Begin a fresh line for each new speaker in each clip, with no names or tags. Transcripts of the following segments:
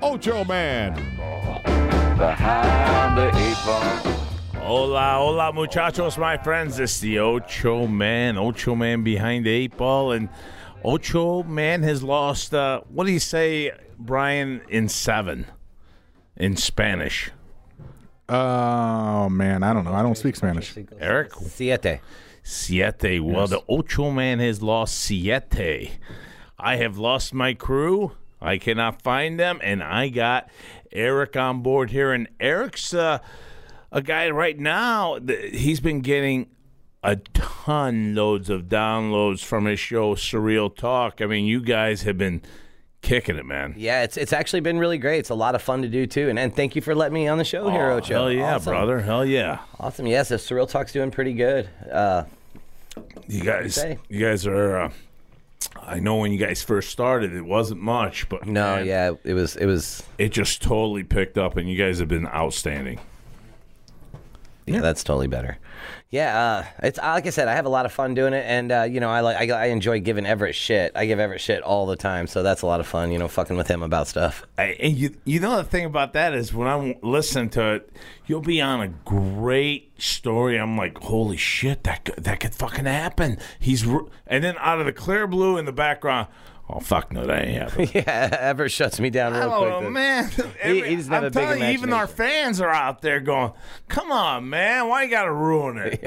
Ocho Man.
Behind the eight ball.
Hola, hola, muchachos, my friends. This is the Ocho Man, Ocho Man behind the eight ball, and Ocho Man has lost. Uh, what do you say, Brian? In seven, in Spanish.
Oh man, I don't know. I don't speak Spanish.
Eric,
Siete.
siete. Well, the Ocho Man has lost siete. I have lost my crew. I cannot find them, and I got Eric on board here. And Eric's uh, a guy right now. th- He's been getting a ton loads of downloads from his show Surreal Talk. I mean, you guys have been kicking it, man.
Yeah, it's it's actually been really great. It's a lot of fun to do too, and, and thank you for letting me on the show here, Ocho.
Hell yeah,
Awesome.
brother. Hell yeah.
Awesome. Yes, if Surreal Talk's doing pretty good. Uh,
You guys,
say?
you guys are. Uh, I know when you guys first started, it wasn't much, but
no,
man,
yeah, it was it was.
it just totally picked up, and you guys have been outstanding.
Yeah, that's totally better. Yeah, uh, it's uh, like I said, I have a lot of fun doing it, and uh, you know, I like I, I enjoy giving Everett shit. I give Everett shit all the time, so that's a lot of fun. You know, fucking with him about stuff.
I, and you, you know the thing about that is when I'm listening to it, you'll be on a great story. I'm like, holy shit, that could, that could fucking happen. He's r and then out of the clear blue in the background, oh fuck no, that ain't happening.
yeah, Everett shuts me down real quick.
Oh
then.
man,
he doesn't
I'm
have a big
telling you, even our fans are out there going, "Come on, man, why you gotta ruin it?"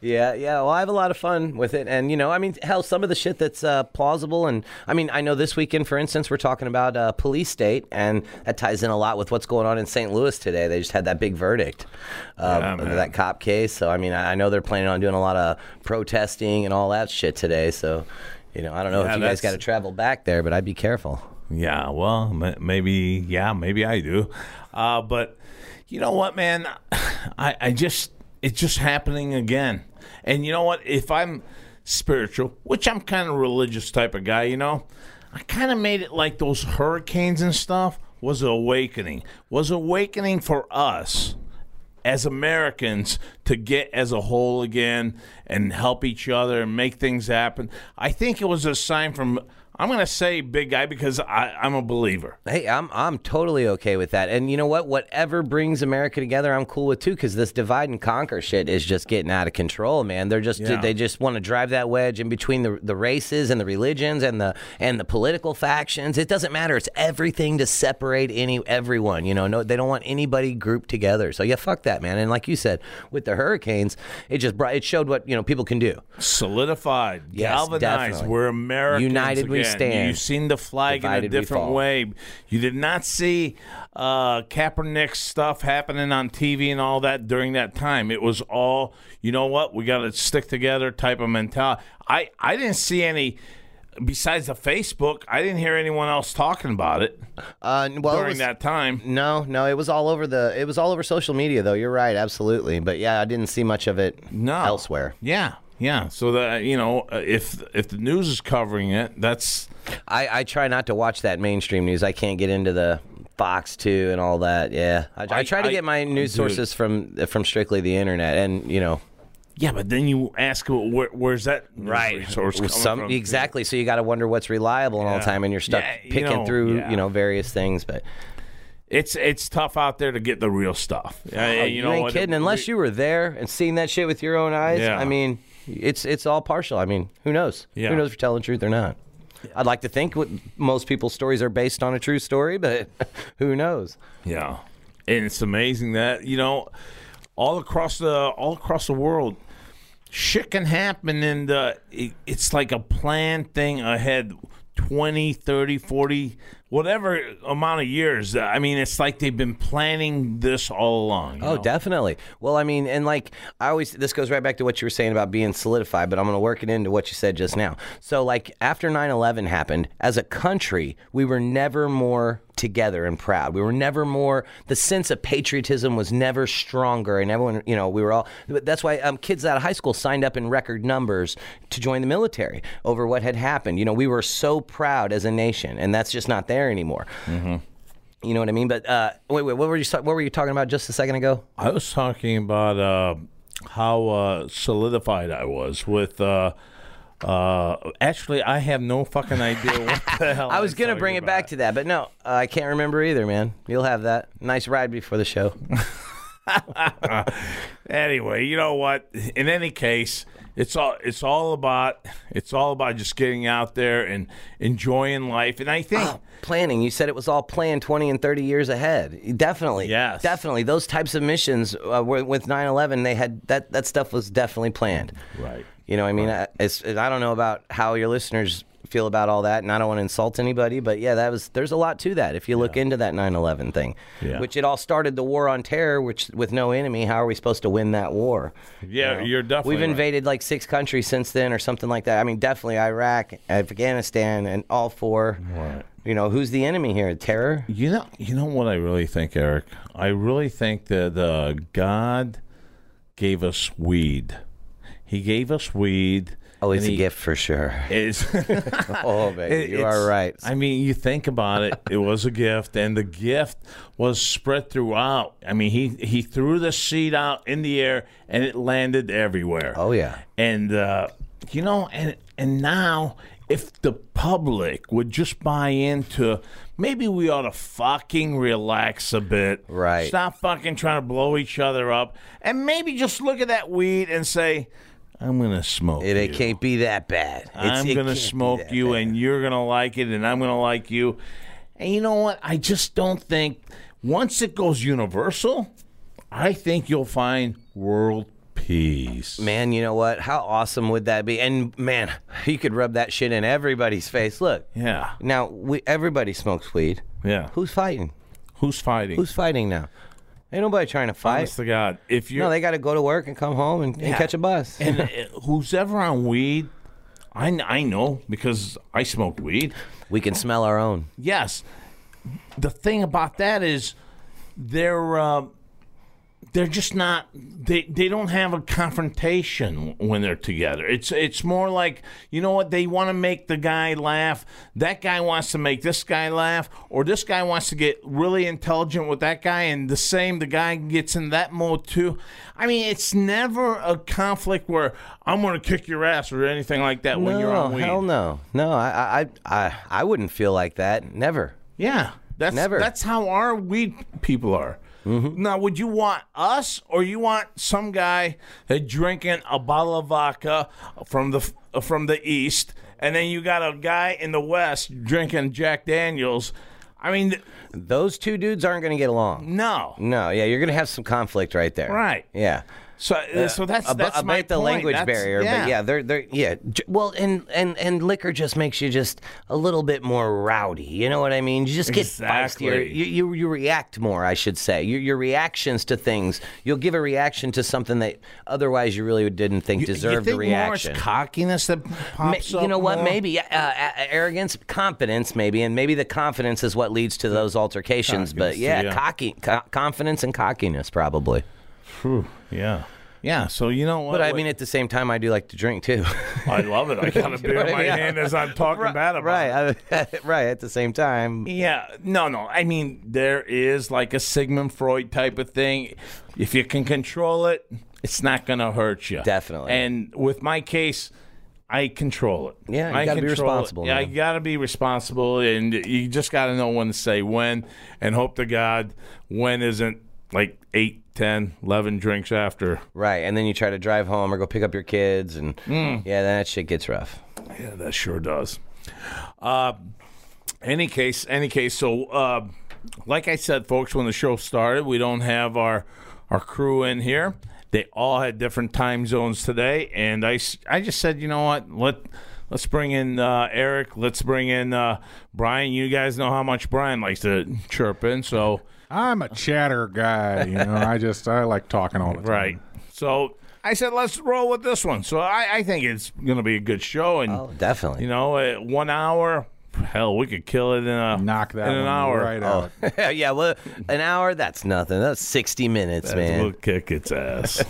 Yeah, yeah. Well, I have a lot of fun with it, and you know, I mean, hell, some of the shit that's uh, plausible, and I mean, I know this weekend, for instance, we're talking about uh, police state, and that ties in a lot with what's going on in St. Louis today. They just had that big verdict,
Yeah,
um,
man.
that cop case. So, I mean, I, I know they're planning on doing a lot of protesting and all that shit today. So, you know, I don't know
Yeah,
if you guys got
that's-
to travel back there, but I'd be careful.
Yeah, well, ma- maybe, yeah, maybe I do. Uh, but you know what, man? I, I just, it's just happening again. And you know what? If I'm spiritual, which I'm kind of religious type of guy, you know, I kind of made it like those hurricanes and stuff was an awakening, was awakening for us as Americans to get as a whole again and help each other and make things happen. I think it was a sign from I'm going to say big guy because I, I'm a believer.
Hey, I'm I'm totally okay with that. And you know what? Whatever brings America together, I'm cool with too. Because this divide and conquer shit is just getting out of control, man. They're just
Yeah.
they just want to drive that wedge in between the the races and the religions and the and the political factions. It doesn't matter. It's everything to separate any everyone. You know, no, they don't want anybody grouped together. So yeah, fuck that, man. And like you said, with the hurricanes, it just brought it showed what you know people can do.
Solidified,
Yes,
galvanized.
definitely.
We're Americans.
United we
again.
stand.
You've seen the flag
Divided
in
we
a different
fall.
way. You did not see uh, Kaepernick's stuff happening on TV and all that during that time. It was all, you know what? We got to stick together type of mentality. I, I didn't see any, besides the Facebook, I didn't hear anyone else talking about it
Uh, well, it
during
was-
that time.
No, no, it was all over the it was all over social media though. You're right, absolutely. But yeah, I didn't see much of it
No.
elsewhere.
Yeah. Yeah, so that you know, uh, if if the news is covering it, that's
I, I try not to watch that mainstream news. I can't get into the Fox two and all that. Yeah, I, I
I-
try to
I-
get my news
dude.
sources from from strictly the internet, and you know,
yeah. But then you ask, well, where, where's that news resource coming
some
from?
exactly. So you got to wonder what's reliable and all the time, and you're stuck
Yeah, you
picking
know,
through
yeah.
you know various things. But
It's it's tough out there to get the real stuff. Yeah, you know
ain't
what?
kidding.
We-
Unless you were there and seeing that shit with your own eyes,
Yeah.
I mean, it's it's all partial. I mean, who knows?
Yeah.
Who knows if you're telling the truth or not? I'd like to think what most people's stories are based on a true story, but who knows?
Yeah, and it's amazing that you know, all across the all across the world, shit can happen, and uh, it, it's like a planned thing ahead. 20, 30, 40 whatever amount of years. I mean, it's like they've been planning this all along. you
Oh,
know?
definitely. Well, I mean, and like I always, this goes right back to what you were saying about being solidified, but I'm going to work it into what you said just now. So, like, after 9 11 happened, as a country, we were never more together and proud. We were never more, the sense of patriotism was never stronger. And everyone, you know, we were all, but that's why um, kids out of high school signed up in record numbers to join the military over what had happened. You know, we were so proud as a nation, and that's just not there anymore. You know what I mean? But uh, wait, wait, what were you what were you talking about just a second ago?
I was talking about uh, how uh, solidified I was with. Uh, uh, actually, I have no fucking idea what the hell.
I was gonna bring it back to that, but no, uh, I can't remember either, man. You'll have that nice ride before the show.
Anyway, you know what? In any case, it's all it's all about it's all about just getting out there and enjoying life. And I think
Planning. You said it was all planned 20 and 30 years ahead. Definitely.
Yes.
Definitely. Those types of missions uh, were, with 9/11, they had that that stuff was definitely planned.
right.
You know, what I mean, I, it's, I don't know about how your listeners feel about all that, and I don't want to insult anybody, but yeah, that was there's a lot to that if you look into that 9/11 thing,
Yeah.
which it all started the war on terror, which with no enemy, how are we supposed to win that war?
Yeah, you're definitely
We've
right.
invaded like six countries since then, or something like that. I mean, definitely Iraq, Afghanistan, and all four. You know, who's the enemy here? Terror.
You know, you know what I really think, Eric. I really think that uh, God gave us weed. He gave us weed.
Oh, it's
and
a
he-
gift for sure.
It's-
Oh, baby,
It-
you are
it's-
right.
I mean, you think about it, it was a gift, and the gift was spread throughout. I mean, he, he threw the seed out in the air, and it landed everywhere.
Oh, yeah.
And, uh, you know, and, and now if the public would just buy into maybe we ought to fucking relax a bit.
Right.
Stop fucking trying to blow each other up, and maybe just look at that weed and say, I'm going to smoke
It, it
you.
can't be that bad. It's,
I'm
it
going to
can't be
smoke
that
you
bad.
and you're going to like it and I'm going to like you. And you know what? I just don't think once it goes universal, I think you'll find world peace.
Man, you know what? How awesome would that be? And man, you could rub that shit in everybody's face. Look.
Yeah.
Now we everybody smokes weed.
Yeah.
Who's fighting?
Who's fighting?
Who's fighting now? Ain't nobody trying to
Honest
fight.
to God. If you're
No, they got to go to work and come home and, and
Yeah.
catch a bus.
and uh, who's ever on weed, I, kn- I know because I smoked weed.
we can smell our own.
Yes. The thing about that is they're uh, they're just not they they don't have a confrontation when they're together. It's it's more like you know what they want to make the guy laugh. That guy wants to make this guy laugh, or this guy wants to get really intelligent with that guy, and the same the guy gets in that mode too. I mean, it's never a conflict where I'm going to kick your ass or anything like that when you're on
No,
weed.
hell no, no. I, I, I, I wouldn't feel like that. Never.
Yeah, that's
Never. Mm-hmm.
That's how our weed people are. Now, would you want us, or you want some guy that drinking a bottle of vodka from the from the east, and then you got a guy in the west drinking Jack Daniels? I mean, th-
Those two dudes aren't going to get along.
no,
No, yeah, you're going to have some conflict right there.
Right.
Yeah.
So, uh, so that's
Ab-
that's
about
my
the
point.
language
That's-
barrier, but yeah, they're they're yeah. J- Well, and and and liquor just makes you just a little bit more rowdy. You know what I mean? You just get feistier.
Exactly.
You, you you react more, I should say. Your your reactions to things. You'll give a reaction to something that otherwise you really didn't think
you
deserved
think
a
More it's
reaction.
cockiness that
Ma-
pops up.
you know what?
more?
Maybe uh, uh, arrogance, confidence, maybe, and maybe the confidence is what leads to those altercations. But
Confidence,
yeah,
yeah.
cocky, co- confidence and cockiness probably.
Yeah, yeah. So you know what?
But I mean, at the same time, I do like to drink too.
I love it. I got a beer in my
Yeah.
hand as I'm talking bad about. it.
right, I- right. At the same time,
Yeah, no, no. I mean, there is like a Sigmund Freud type of thing. If you can control it, it's not going to hurt you.
Definitely.
And with my case, I control it.
Yeah, you
I
gotta be
control it.
responsible,
Yeah, I
man.
got to be responsible, and you just got to know when to say when, and hope to God when isn't like eight, ten, eleven drinks after.
right. And then you try to drive home or go pick up your kids, and
Hmm.
yeah, that shit gets rough.
Yeah, that sure does. Uh, any case, any case. So, uh, like I said, folks, when the show started, we don't have our our crew in here. They all had different time zones today, and I, s- I just said, you know what, let Let's bring in uh, Eric. Let's bring in uh, Brian. You guys know how much Brian likes to chirp in, so
I'm a chatter guy. You know, I just I like talking all the time.
right. So I said, let's roll with this one. So I, I think it's going to be a good show, and
Oh, definitely.
you know, uh, one hour. Hell, we could kill it in a
Knock that
in an
one
hour.
right out.
yeah, well, an hour, that's nothing. That's 60 minutes, man.
Oh, We'll kick its ass.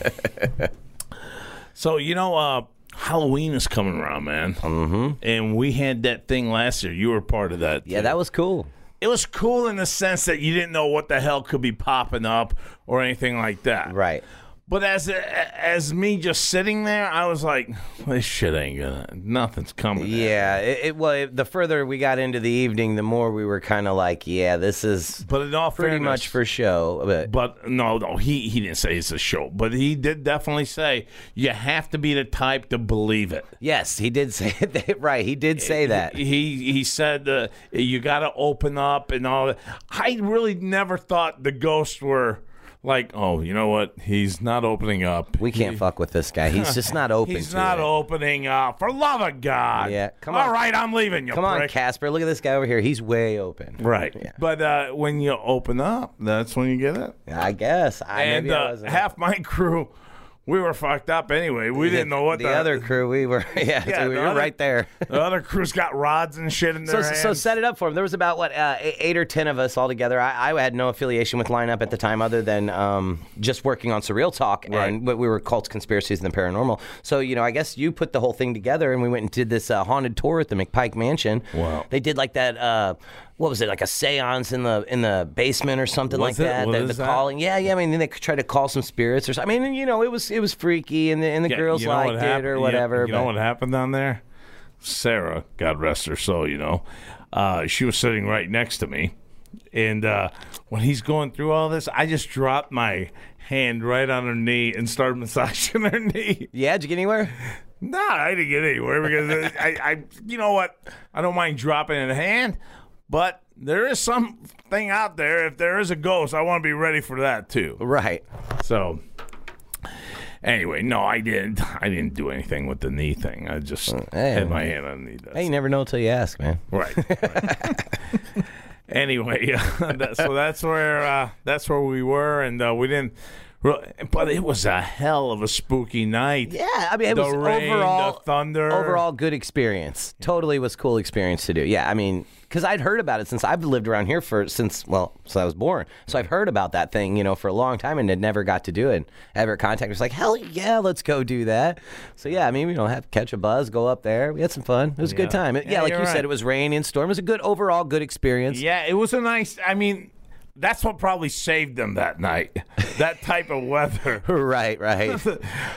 so you know, uh, Halloween is coming around, man. Mm-hmm. And we had that thing last year. You were part of that.
yeah, that was cool.
it was cool in the sense that you didn't know what the hell could be popping up or anything like that.
Right.
But as uh, as me just sitting there, I was like, this shit ain't gonna. Nothing's coming.
Yeah, it, it well, it, the further we got into the evening, the more we were kind of like, yeah, this is
But in all
pretty
fairness,
much for show. But
But no, no, he, he didn't say it's a show, but he did definitely say you have to be the type to believe it.
yes, he did say that. Right, he did say that.
He he said uh, you got to open up and all that. I really never thought the ghosts were like, oh, you know what? He's not opening up.
We can't fuck with this guy. He's just not open.
He's
to
not
it.
opening up. For love of God.
Yeah, come
All
on.
right, I'm leaving you.
Come on,
prick.
Casper. Look at this guy over here. He's way open.
Right. But uh, when you open up, that's when you get it.
I guess. I
and
maybe I
uh,
wasn't.
half my crew, we were fucked up anyway. We didn't know what
the other crew we were. Yeah,
Yeah,
so we
the
were
other-
right there.
The other crew's got rods and shit in
So,
their
so
hands.
set it up for him. There was about what uh, eight eight or ten of us all together. I, I had no affiliation with lineup at the time, other than um, just working on Surreal Talk,
Right.
and what we were cults, conspiracies, and the paranormal. So you know, I guess you put the whole thing together, and we went and did this uh, haunted tour at the McPike Mansion.
Wow.
They did like that. Uh, what was it like a seance in the in the basement or something
Was
like
it?
that?
What
the, the
is that?
calling, yeah, yeah. I mean, then they could try to call some spirits or something. I mean, you know, it was it was freaky, and the, and the
Yeah,
girls
you know what
liked it
hap-
or
you-
whatever.
You, know
but-
what happened down there? Sarah, God rest her soul, you know, uh, she was sitting right next to me. And uh, when he's going through all this, I just dropped my hand right on her knee and started massaging her knee.
yeah, did you get anywhere?
No, I didn't get anywhere because I, I, you know what? I don't mind dropping in a hand, but there is something out there. If there is a ghost, I want to be ready for that too.
Right.
So anyway, no, I didn't. I didn't do anything with the knee thing. I just
Oh, hey.
had my hand on the knee. That's
Hey, you never know until you ask, man.
right. right. anyway, yeah, that, so that's where uh, that's where we were, and uh, we didn't. re- But it was a hell of a spooky night.
Yeah, I mean, it
The
was
rain, the
overall
thunder.
Overall, good experience. Totally was cool experience to do. Yeah, I mean, because I'd heard about it since I've lived around here for since well, since I was born. So I've heard about that thing, you know, for a long time, and had never got to do it. Ever contacted was like, hell yeah, let's go do that. So yeah, I mean, you know, have catch a buzz, go up there. We had some fun. It was a
Yeah.
good time. It-
Yeah,
yeah, like you
you're right.
said, it was rain and storm. It was a good overall good experience.
Yeah, it was a nice. I mean, that's what probably saved them that night. That type of weather.
Right, right.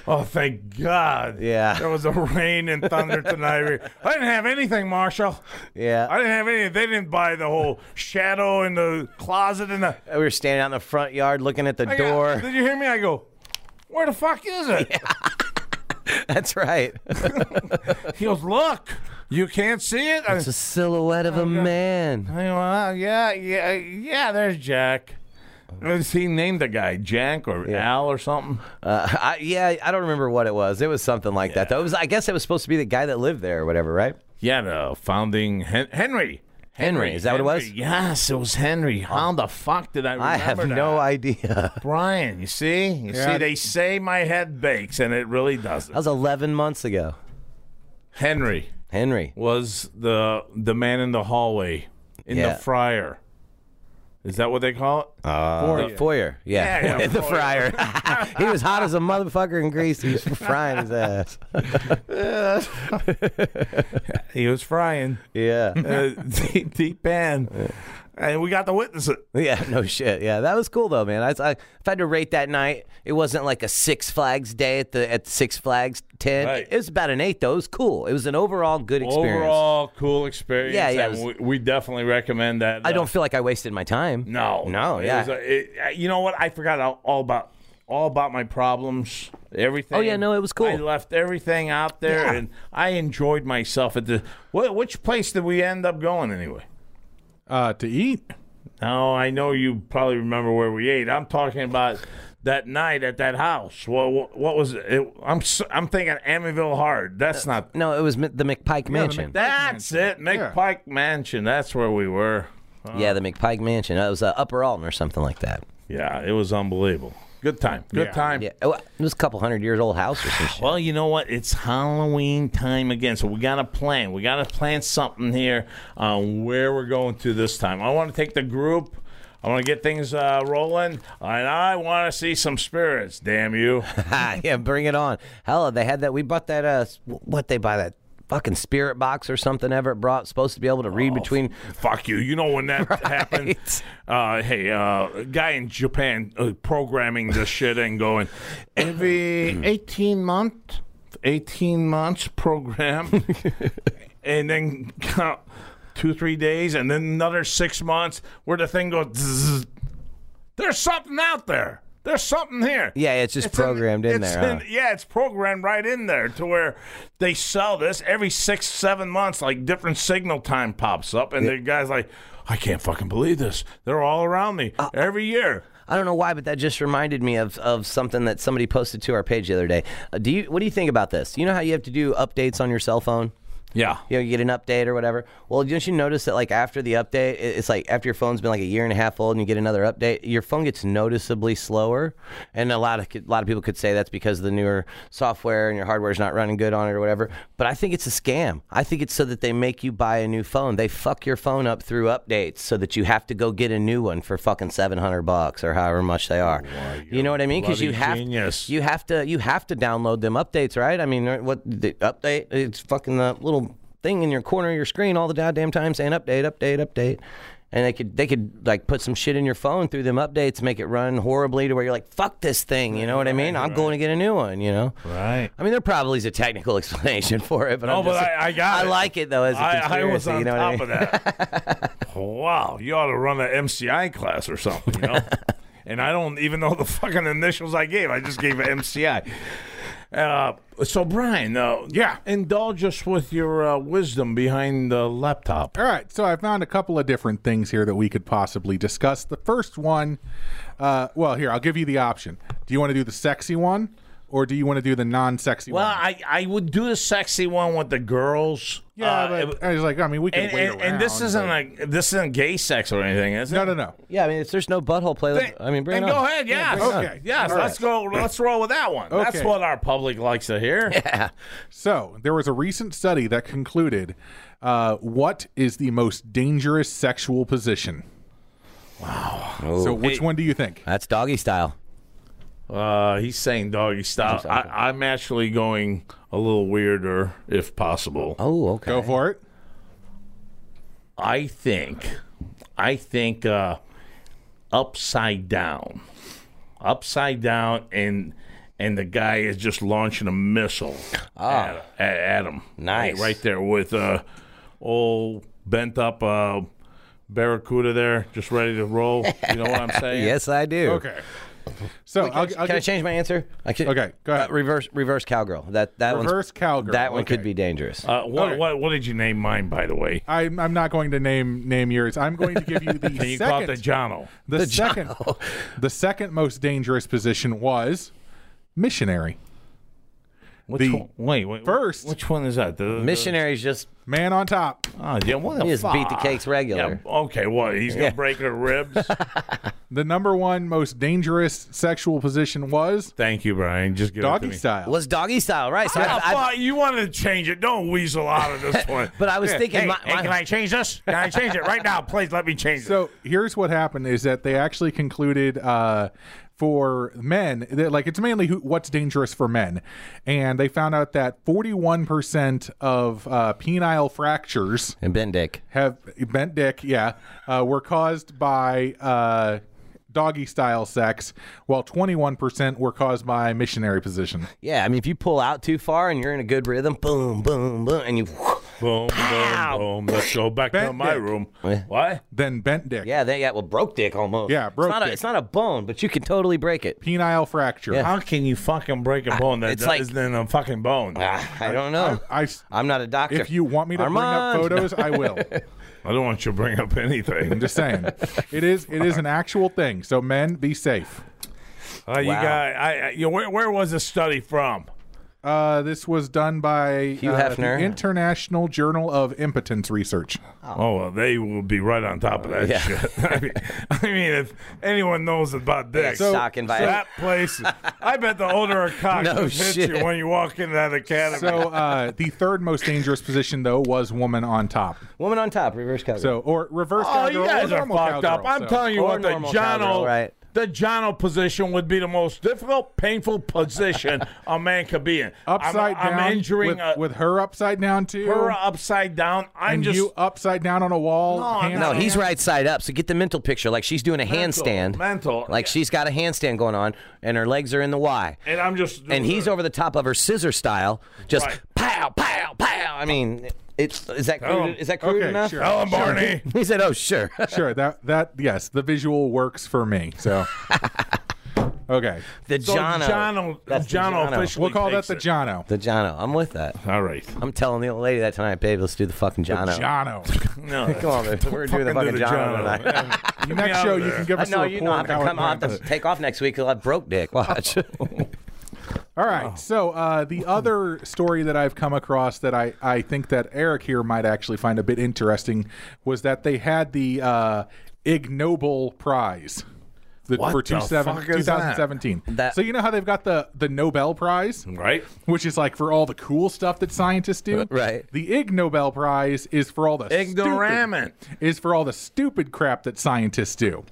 oh, thank God.
Yeah.
There was a rain and thunder tonight. I didn't have anything, Marshall.
Yeah.
I didn't have anything. They didn't buy the whole shadow in the closet and the
we were standing out in the front yard looking at the
I got-
door.
Did you hear me? I go, where the fuck is it?
That's right.
He goes, look, you can't see it. I,
It's a silhouette of a man.
I go, "Wow, yeah, yeah, yeah. There's Jack. Was he named the guy Jack or Al or something?
Uh, I, yeah, I don't remember what it was. It was something like that. Though it was, I guess it was supposed to be the guy that lived there or whatever, right?
Yeah, the founding Hen- Henry.
Henry, is that what it was?
Henry, Yes, it was Henry. How the fuck did I remember
I have no
that?
idea.
Brian, you see? You see, they say my head bakes, and it really doesn't.
That was 11 months ago.
Henry
Henry.
was the the man in the hallway in
Yeah.
the fryer. Is that what they call it?
Uh, Foyer. Yeah.
Yeah, yeah,
the
Foyer.
fryer. he was hot as a motherfucker in grease. He was frying his ass.
he was frying
Yeah.
uh, deep, deep pan, and we got to witness it.
Yeah, no shit. Yeah, that was cool though, man. I, I, if I had to rate that night, it wasn't like a Six Flags day at the at the Six Flags tent.
Right.
It was about an eight though. It was cool. It was an overall good experience.
Overall, cool experience.
Yeah, yeah, it
and
was-
we, we definitely recommend that.
I
uh,
don't feel like I wasted my time.
No,
No,
It
yeah.
was a- it- uh, you know what? I forgot all, all about all about my problems. Everything.
Oh, yeah, no, it was cool.
I left everything out there,
Yeah.
and I enjoyed myself at the. Wh- which place did we end up going anyway?
Uh, to eat.
No, I know you probably remember where we ate. I'm talking about that night at that house. Well, what, what was it? It- I'm s- I'm thinking Amityville Hard. That's not.
No, it was Mi- the McPike Mansion.
That's it. McPike Mansion. That's where we were. uh-huh.
yeah, the McPike Mansion. It was uh, Upper Alton or something like that.
Yeah, it was unbelievable. Good time. Good time.
Yeah, oh, it was a couple hundred years old house or some shit.
Well, you know what? It's Halloween time again, so we got to plan. We got to plan something here on where we're going to this time. I want to take the group. I want to get things uh, rolling, and I want to see some spirits. Damn you!
Ah, yeah, bring it on. Hell, they had that. We bought that. Uh, s- what they buy that fucking spirit box or something Everett brought. Supposed to be able to
Oh,
read between.
Fuck you! You know when that happened? Uh, hey, uh, a guy in Japan uh, programming this shit and going every eighteen month, eighteen months program, and then count two three days, and then another six months where the thing goes. zzz. There's something out there. There's something here.
Yeah, it's just programmed in
it's
there, huh?
yeah, it's programmed right in there to where they sell this every six, seven months. Like different signal time pops up, and the guy's like, "I can't fucking believe this. They're all around me
Uh,
every year."
I don't know why, but that just reminded me of, of something that somebody posted to our page the other day. Uh, do you? What do you think about this? You know how you have to do updates on your cell phone.
Yeah,
You know, you get an update or whatever. Well, don't you notice that like after the update, it- it's like after your phone's been like a year and a half old, and you get another update, your phone gets noticeably slower. And a lot of a lot of people could say that's because the newer software and your hardware's not running good on it or whatever. But I think it's a scam. I think it's so that they make you buy a new phone. They fuck your phone up through updates so that you have to go get a new one for fucking seven hundred bucks or however much they are. you know what I mean? Because you
bloody
have
genius.
you have to you have to download them updates, right? I mean, what the update? It's fucking the little thing in your corner of your screen all the goddamn time saying update, update, update. And they could they could like put some shit in your phone through them updates, make it run horribly to where you're like, fuck this thing. You know what I mean? I'm going to get a new one. You know?
right.
I mean, there probably is a technical explanation for it, but
Oh,
I'm
but
just-
I, I got.
I
it.
like it though as a
I, I was
conspiracy,
on
you know what I
top
mean?
of that. wow, you ought to run an MCI class or something, you know. and I don't even know the fucking initials I gave. I just gave an MCI. Uh, so Brian, uh,
Yeah.
indulge us with your uh, wisdom behind the laptop.
All right, so I found a couple of different things here that we could possibly discuss. The first one, uh, well, here I'll give you the option. Do you want to do the sexy one, or do you want to do the non-sexy
Well,
one?
I, I would do the sexy one with the girls.
yeah,
Uh,
but
it-
I was like, I mean, we can
and,
wait
and, and this
around,
isn't
but-
like this isn't gay sex or anything, is it?
no, no, no.
Yeah, I mean, if there's no butthole play,
Then-
I mean, bring
then
it
go
on.
ahead. Yes.
bring it on. Okay.
Yes.
All
Let's go. Let's roll with that one. That's
Okay.
what our public likes to hear.
So there was a recent study that concluded uh, what is the most dangerous sexual position. Wow. So which
Hey.
one do you think?
That's doggy style.
Uh, he's saying doggy style. I, I'm actually going a little weirder, if possible.
Oh, okay.
Go for it.
I think, I think uh, upside down, upside down, and and the guy is just launching a missile at, at, at him.
Ah. Nice.
right, right there with uh, old bent up uh, barracuda there, just ready to roll. You know what I'm saying?
Yes, I do.
Okay. So I'll, I'll
Can I
give-
change my answer? I can,
Okay, go ahead.
Uh, reverse reverse cowgirl. That that one's-
Reverse cowgirl,
That one could
okay.
be dangerous.
Uh, what,
Okay.
what what did you name mine by the way?
I'm, I'm not going to name name yours. I'm going to give you the
Can you call
second
it the Jono?
The, second, the second most dangerous position was missionary,
Which
The
one? Wait, wait.
first-
Which one is that? The, the-
Missionaries just
man on top.
Oh, yeah, what the
He just
fuck?
beat the cakes regular.
Yeah, okay, what? He's gonna
Yeah.
break her ribs.
The number one most dangerous sexual position was
Thank you, Brian. Just give it to
doggy
me.
style.
was doggy style, right? So
Yeah,
I, I,
fuck, you wanted to change it. Don't weasel out of this one.
but I was thinking,
hey,
my,
hey,
my-
can I change this? Can I change it right now? Please let me change it.
so here's what happened: is that they actually concluded uh, for men that like it's mainly who, what's dangerous for men, and they found out that 41 percent of uh, penile fractures
and Ben Dick.
have bent dick, yeah, uh, were caused by uh, doggy style sex, while 21% were caused by missionary position.
Yeah, I mean, if you pull out too far and you're in a good rhythm, boom, boom, boom, and you,
Boom, boom, boom. Let's go back to
Bent
my
dick.
room. What?
Then bent dick,
yeah, they got well broke dick almost.
Yeah, broke
it's not A,
dick.
it's not a bone, but you can totally break it.
penile fracture.
Yeah.
How can you fucking break a bone that
it's like-
not in a fucking bone?
Ah, I don't know.
I s-
am not a doctor.
If you want me to
Armand.
bring up photos, I will.
I don't want you to bring up anything.
Just saying, it is it is an actual thing. So men, be safe.
Uh, You
Wow.
got. I, I, you know, where, where was the study from?
Uh, this was done by
Hugh
uh,
Hefner.
the International Journal of Impotence Research.
Oh, well, they will be right on top of that
Yeah.
shit. I mean, I mean, if anyone knows about dicks,
So- stock in Viagra.
that place, I bet the odor of cock
No
will hit
shit.
you when you walk into that academy.
So uh, the third most dangerous position, though, was woman on top.
Woman on top, reverse cover.
So or reverse
oh,
cowgirl
you guys
or
are
normal
fucked up.
cowgirl,
I'm
so.
telling you
Or
what, the
normal
Jono,
cowgirl, right.
the Jono position would be the most difficult, painful position a man could be in. I'm-
upside
I'm,
down.
injuring
with,
a,
with her upside down too,
her upside down. I'm
and
just
you upside down on a wall.
No, I'm
hands
no,
up.
he's right side up. So get the mental picture. Like she's doing a
Mental,
handstand.
mental.
Like
Yeah.
she's got a handstand going on, and her legs are in the Y.
and I'm just
and he's over the top of her scissor style, just
Right.
pow, pow, pow. I mean, it's is that
Tell
crude,
him.
is that crude
Okay,
enough?
sure.
Tell him, Barney.
He said, "Oh, sure."
Sure, that that yes, the visual works for me. So okay,
the
So
Jono.
Jono,
That's the
Jono
Jono.
officially.
we'll call that
takes
the
it.
Jono.
The Jono. I'm with that.
All right.
I'm telling the old lady that tonight, babe. Let's do the fucking Jono.
Jono.
No,
Come on, babe. We're doing the fucking
fucking do the
Jono
Jono.
tonight.
Next show, you can give
I
us
know
a
you don't
report.
have to
how it
come off to
went.
take off next week. You'll have broke dick. Watch.
All right. So uh, the other story that I've come across that I, I think that Eric here might actually find a bit interesting was that they had the uh, ignoble prize. The,
What
for
the fuck is that?
2017.
That-
so you know how they've got the the Nobel Prize,
Right.
which is like for all the cool stuff that scientists do.
Right.
The Ig Nobel Prize is for all the
Ignoramus.
stupid- is for all the stupid crap that scientists do.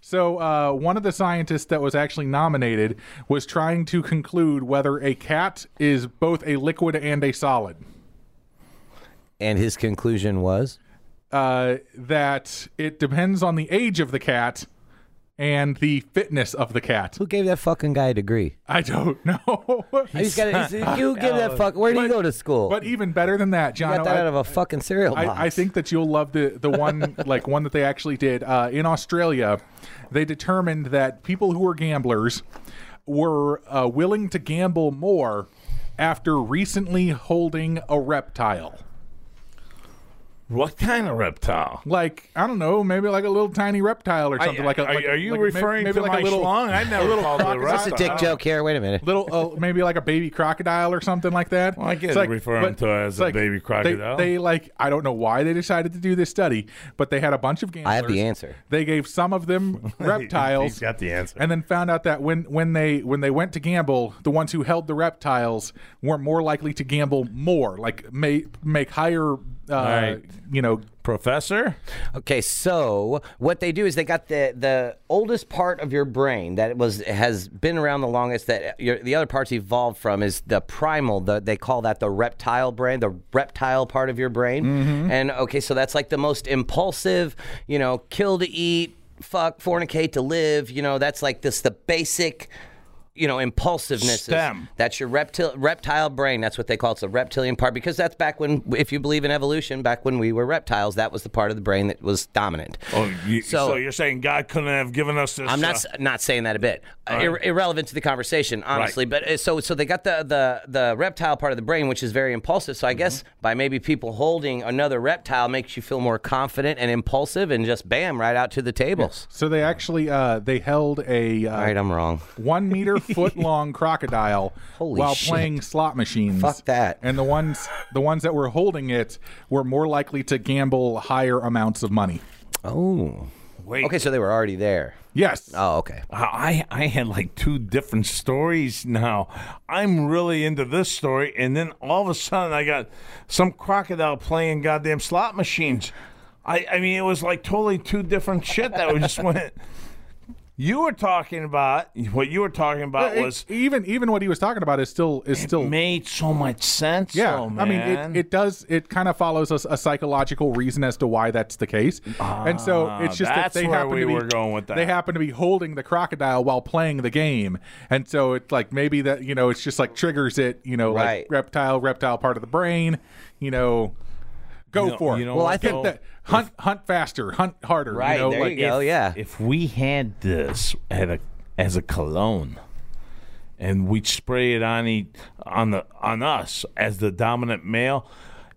So uh, one of the scientists that was actually nominated was trying to conclude whether a cat is both a liquid and a solid.
and his conclusion was,
Uh, that it depends on the age of the cat and the fitness of the cat.
"Who gave that fucking guy a degree?"
I don't know.
He's got. He's, you give that fuck. Where do you go to school?
"Oh." but even better than that,
you
John.
got that out of a fucking cereal box.
I, I think that you'll love the the one like one that they actually did uh, in Australia. They determined that people who were gamblers were uh, willing to gamble more after recently holding a reptile.
What kind of reptile?
Like I don't know, maybe like a little tiny reptile or something.
I-
like, a,
are,
like-
are you
like a- may-
referring
maybe
to
like
my
a little
schlong? I never little called it a Uh,
That's a
reptile.
dick joke here. Wait a minute.
little uh, maybe like a baby crocodile or something like that.
Well, I get
It's like-
referring
but
to it as
it's
a
like
baby
they-
crocodile.
They, like I don't know why they decided to do this study, but they had a bunch of gamblers.
I have the answer.
They gave some of them reptiles.
He's got the answer.
And then found out that when when they when they went to gamble, the ones who held the reptiles were more likely to gamble more, like make make higher, uh,
right.
you know,
Professor?
Okay, so what they do is they got the the oldest part of your brain that was has been around the longest that your, the other parts evolved from is the primal. The, they call that the reptile brain, the reptile part of your brain. And okay, so that's like the most impulsive, you know, kill to eat, fuck, fornicate to live. You know, that's like this the basic. You know, impulsiveness. is-
Stem.
that's your reptile reptile brain. That's what they call it. It's the reptilian part because that's back when, if you believe in evolution, back when we were reptiles, that was the part of the brain that was dominant.
Oh, you, so,
So-
you're saying God couldn't have given us this?
I'm not
uh,
s not saying that a bit. Uh, ir- irrelevant to the conversation, honestly.
Right.
But uh, so so they got the, the the reptile part of the brain, which is very impulsive. So I guess
Mm-hmm.
by maybe people holding another reptile makes you feel more confident and impulsive, and just bam, right out to the tables.
so they actually uh, they held a uh,
All right, I'm wrong.
one meter foot long crocodile
Holy
while
shit.
playing slot machines.
Fuck that.
And the ones the ones that were holding it were more likely to gamble higher amounts of money.
Oh,
wait.
okay. So they were already there.
Yes.
Oh, okay.
Wow, I, I had like two different stories now. I'm really into this story, and then all of a sudden I got some crocodile playing goddamn slot machines. I, I mean, it was like totally two different shit that we just went. You were talking about what you were talking about
It-
was
Uh, e, even even what he was talking about is still is still
made so much sense.
yeah.
though,
I mean,
Oh, man.
it, it does. It kind of follows a, a psychological reason as to why that's the case, and so it's just
Ah, that's
that they
where
happen
we
to be
were going with that.
they happen to be holding the crocodile while playing the game, and so it's like maybe that you know it's just like triggers it, you know,
Right.
like reptile, reptile part of the brain, you know, go
You know-
for it.
you know
Well,
what,
I think
though?
that hunt, hunt faster, hunt harder. you
Right,
know,
there
like-
you go. yeah.
If we had this at a, as a cologne, and we'd spray it on e, on the on us as the dominant male,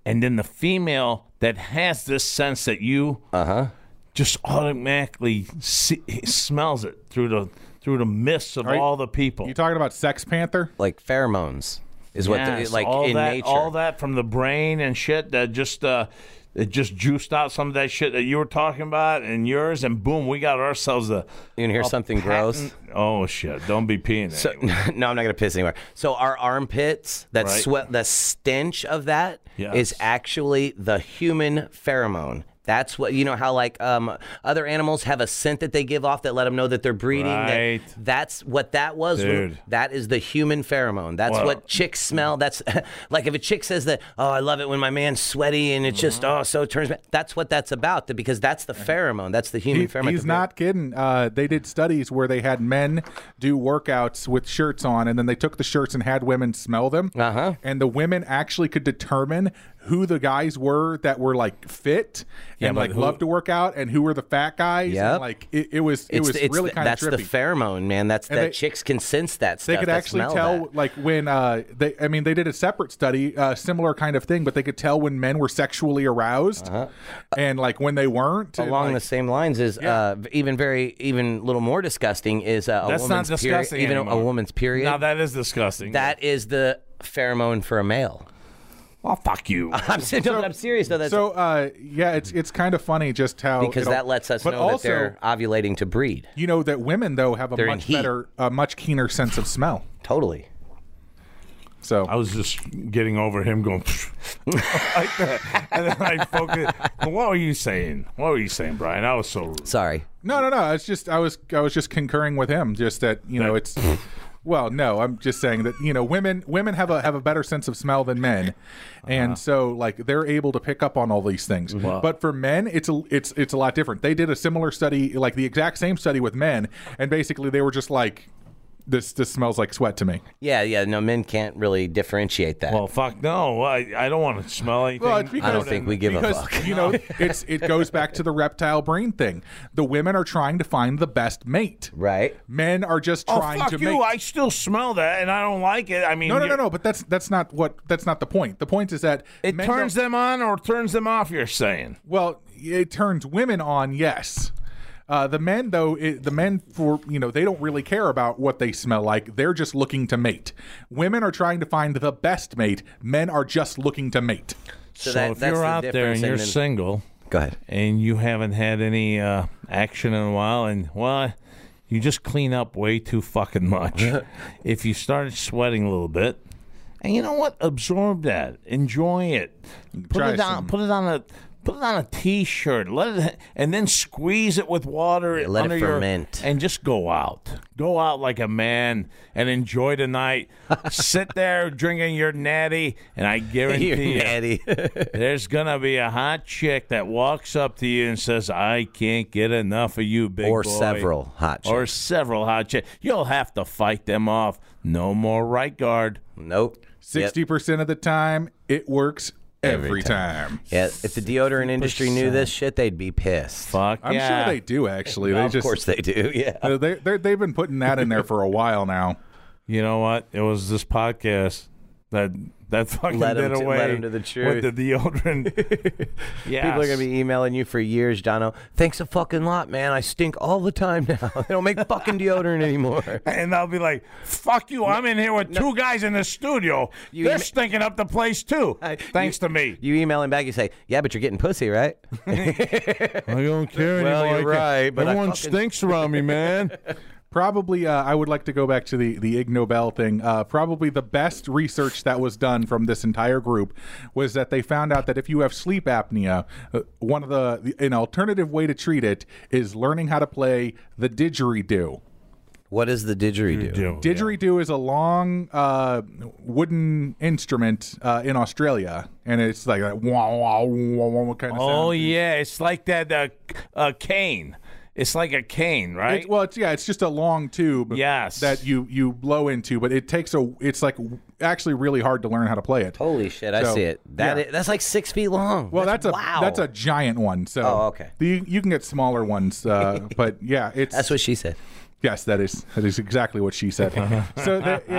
and then the female that has this sense
Uh-huh.
that you uh huh just automatically see, smells it through the through the mists of
Are you-
all the people.
You talking about Sex Panther?
like pheromones is what the-
Yes,
like
all
in
that,
nature.
all that from the brain and shit that just uh, it just juiced out some of that shit that you were talking about and yours, and boom, we got ourselves a.
You can hear something gross.
patent- Oh shit! Don't be peeing.
So, no, I'm not gonna piss anywhere. So our armpits, that
Right.
sweat, the stench of that is
Yes.
actually the human pheromone. That's what you know. How like um, other animals have a scent that they give off that let them know that they're breeding. that-
Right.
that's what that was. when-
Dude.
that is the human pheromone. That's
Well-
what chicks smell. That's like if a chick says that, oh, I love it when my man's sweaty and it's just
Mm-hmm.
oh so turns. me. That's what that's about. that- Because that's the pheromone. That's the human
He-
pheromone.
he's not kidding. Uh, they did studies where they had men do workouts with shirts on, and then they took the shirts and had women smell them.
Uh-huh.
And the women actually could determine who the guys were that were like fit and
but
like
who-
loved to work out, and who were the fat guys. Yeah.
Yep.
Like it, it was, it
It's,
was
it's
really
the-
kind of
that's
trippy.
the pheromone, man. That's that
they-
chicks can sense that stuff.
they could
that
actually
smell
tell
that.
like when uh they i mean they did a separate study uh similar kind of thing but they could tell when men were sexually aroused
Uh-huh.
and like when they weren't and,
along
like,
the same lines is uh, even very even a little more disgusting is uh, a
That's not
woman's period-
disgusting
even a- a
anymore.
woman's period.
Now that is disgusting.
that is the pheromone for a male.
oh fuck you.
I'm, se- no, but I'm serious though. That's
so uh yeah it's it's kind of funny just how
because
it'll-
that lets us
but
know
also,
that they're ovulating to breed.
you know that women though have a
They're in
much
heat.
better a much keener sense of smell
Totally.
so
I was just getting over him going like that, and then I focused. What were you saying? What were you saying, Brian? I was so rude.
Sorry.
no no no it's just i was i was just concurring with him just that you know it's well no i'm just saying that you know women women have a have a better sense of smell than men
Uh-huh.
and so like they're able to pick up on all these things but for men it's a it's it's a lot different they did a similar study like the exact same study with men and basically they were just like this this smells like sweat to me
Yeah, yeah. No, men can't really differentiate that.
Well, fuck no. I, I don't want to smell anything.
Well, it's because
I don't think we give a
because,
fuck.
You know, it's it goes back to the reptile brain thing. The women are trying to find the best mate.
right.
Men are just
oh
trying
fuck
to
you!
mate.
I still smell that, and I don't like it. I mean,
no, no,
you-
no, no. But that's that's not what that's not the point. The point is that
It
men
turns
don't-
them on or turns them off. You're saying.
well, it turns women on. Yes. Uh, the men, though, it, the men for you know they don't really care about what they smell like. They're just looking to mate. Women are trying to find the best mate. Men are just looking to mate.
So, that, that's the difference, and then-
single
Go ahead.
and you haven't had any uh, action in a while, and well, you just clean up way too fucking much. if you started sweating a little bit, and you know what, absorb that, enjoy it, put
Try
it on,
some-
put it on a. Put it on a T-shirt, let it, and then squeeze it with water.
let it
under
ferment.
Your, and just go out. Go out like a man and enjoy the night. Sit there drinking your natty, and I guarantee
You're
you,
natty.
there's gonna be a hot chick that walks up to you and says, "I can't get enough of you, big
or
boy."
several hot chicks.
or several hot chicks. You'll have to fight them off. No more right guard.
nope. Yep.
Sixty percent of the time, it works every, time.
Yeah, if the deodorant industry knew this shit, they'd be pissed.
Fuck
I'm
yeah.
sure they do actually. They
of
just
course they do. Yeah.
Uh, they they they've been putting that in there for a while now.
You know what? It was this podcast that that fucking
Led 'em
did
to-
away
led 'em to the truth.
with the deodorant. yes.
People are gonna be emailing you for years, Dono. Thanks a fucking lot, man. I stink all the time now. They don't make fucking deodorant anymore.
and I'll be like, "Fuck you! I'm in here with two guys in the studio.
You
They're
em-
stinking up the place too, thanks to me."
You email him back, you say, "Yeah, but you're getting pussy, right?"
I don't care
Well, anymore. you're I can't- right, but I everyone fucking-
stinks around me, man.
Probably, uh, I would like to go back to the the Ig Nobel thing. Uh, probably the best research that was done from this entire group was that they found out that if you have sleep apnea, uh, one of the an alternative way to treat it is learning how to play the didgeridoo.
What is the didgeridoo?
Didgeridoo is a long uh, wooden instrument uh, in Australia, and it's like that wah wah wah wah, wah kind of sound.
Oh yeah, it's like that uh, c- uh, cane. It's like a cane, right?
It's, well, it's yeah, it's just a long tube.
Yes.
that you you blow into, but it takes a. It's like w- actually really hard to learn how to play it.
Holy shit! I
So,
see it. That
yeah.
i- that's like six feet long.
Well, that's, a
wow.
that's a giant one. So
Oh, okay.
the- you, you can get smaller ones, uh, but yeah, it's
That's what she said.
yes, that is that is exactly what she said. so that, it-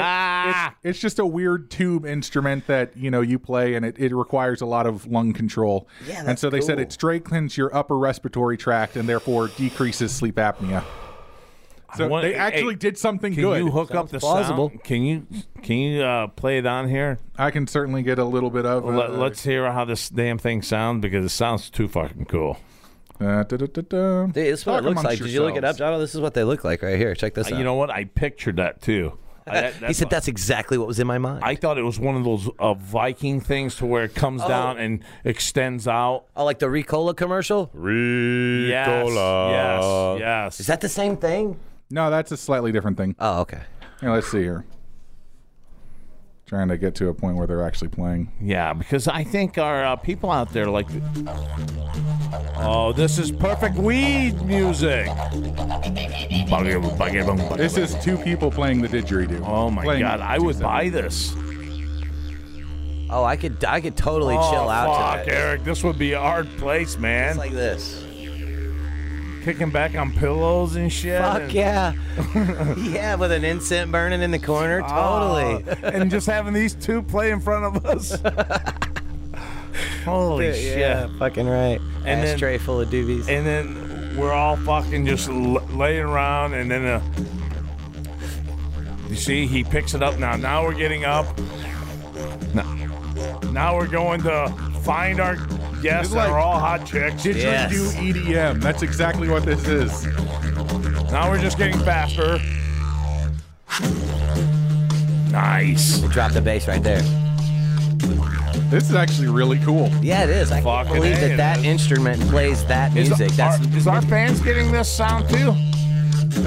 Ah,
it's, it's just a weird tube instrument that you know you play, and it, it requires a lot of lung control.
Yeah,
and
that's
so they said
cool.
it straight cleans your upper respiratory tract and therefore decreases sleep apnea. So
want-
they actually
hey,
did something
Can
good.
you hook up the
plausible.
sound? Can you can you uh, play it on here?
I can certainly get a little bit of.
Let, let's hear how this damn thing sounds because it sounds too fucking cool.
Uh, da-da-da-da.
Dude, this is what
Talk
it looks
amongst
like. Did you look it
yourselves.
up, John? This is what they look like right here. Check this out.
You know what? I pictured that too. I, that-
he
that's
said that's exactly what was in my mind.
I thought it was one of those uh, Viking things to where it comes down and extends out.
oh, like the Ricola commercial?
Yes, yes, yes.
Is that the same thing?
No, that's a slightly different thing.
Oh, okay.
Here, let's see here. Trying to get to a point where they're actually playing.
yeah, because I think our uh, people out there like. Oh, this is perfect weed music.
This is two people playing the didgeridoo.
Oh my
Playing-
god, I would buy this.
Oh, I could I could totally
oh,
chill out
fuck,
to that.
Eric, this would be a hard place, man.
It's like this.
Kicking back on pillows and shit.
Fuck
and-
yeah. yeah, with an incense burning in the corner. Totally.
Oh, and just having these two play in front of us. Holy shit.
fucking right.
And then-
Ashtray full of doobies.
And then we're all fucking just l- laying around, and then uh, you see he picks it up now. Now we're getting up. Now, now we're going to find our guests
It's like-
that are all hot chicks.
Yes.
Didgeridoo EDM. E That's exactly what this is.
Now we're just getting faster. Nice.
Drop the bass right there.
This is actually really cool.
Yeah, it is. I can't
Fucking
believe
A, it
that that
is.
instrument plays that
Is-
music. That's
are- is our fans getting this sound too?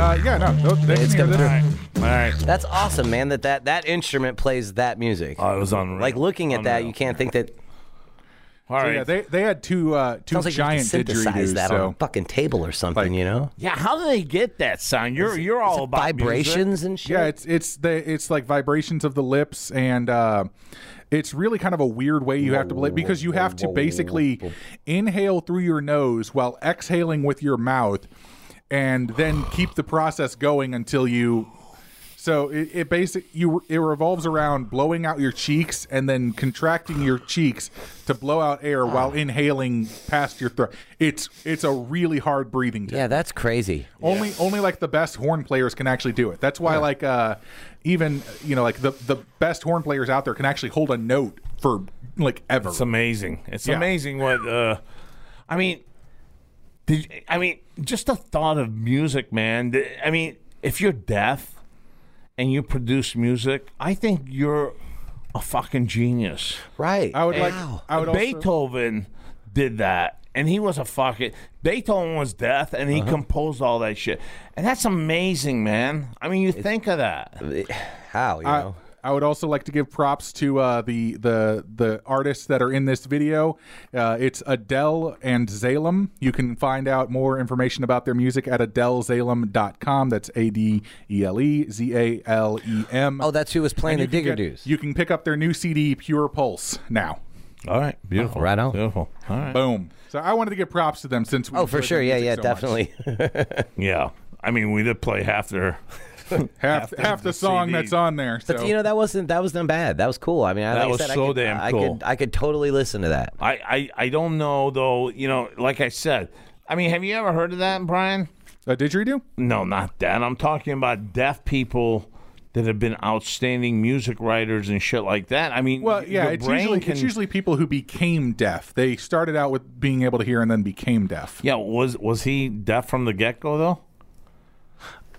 Uh, yeah, no, no, they
It's
can hear this.
come through.
All right. All right.
that's awesome, man. That that that instrument plays that music.
Oh, it was unreal.
like looking at that,
Unreal.
you can't think that.
All right.
Yeah, they they had two uh, two
Sounds like you
giant
can synthesize
didgeridoos.
that on a
so
fucking table or something,
Like-
you know?
Yeah, how do they get that sound? You're you're
Is
all
it
about music.
vibrations and shit.
yeah, it's it's the it's like vibrations of the lips, and uh, it's really kind of a weird way you have to play because you have to basically inhale through your nose while exhaling with your mouth, and then keep the process going until you. So it, it basic you it revolves around blowing out your cheeks and then contracting your cheeks to blow out air while inhaling past your throat. It's it's a really hard breathing technique.
yeah, that's crazy.
Only only like the best horn players can actually do it. That's why like uh even you know like the the best horn players out there can actually hold a note for like ever.
It's amazing. It's
Yeah.
amazing what uh I mean did you- I mean just the thought of music, man. Th- I mean, if you're deaf and you produce music, I think you're a fucking genius.
Right.
I would like
Wow.
I would also,
Beethoven did that. And he was a fucking Beethoven was deaf, and he composed all that shit, and that's amazing, man. I mean, you think of that.
How, you
I,
know?
I would also like to give props to uh the the the artists that are in this video. Uh it's Adele and Zalem. You can find out more information about their music at adelezalem.com. That's A D E L E Z A L E M.
Oh, that's who was playing the
you can
digger
get-
dudes.
You can pick up their new CD Pure Pulse now.
All right, beautiful,
right on.
Uh-huh. beautiful. All right.
Boom. So I wanted to give props to them since we
Oh, for
enjoyed
sure.
their
Yeah,
music
yeah,
so much.
definitely.
Yeah. I mean, we did play half their.
Half half, the, song
CD.
that's on there. So
But you know that wasn't that wasn't bad. That was cool. I mean, I,
That
like I
was
said, I
so
could,
damn
I
cool.
could I could totally listen to that.
I, I, I don't know, though, you know, like I said, I mean, have you ever heard of that, Brian?
a didgeridoo?
No, not that. I'm talking about deaf people that have been outstanding music writers and shit like that. I mean,
Well,
y-
yeah,
your
it's
brain
usually
can,
it's usually people who became deaf. They started out with being able to hear and then became deaf.
Yeah, was was he deaf from the get go though?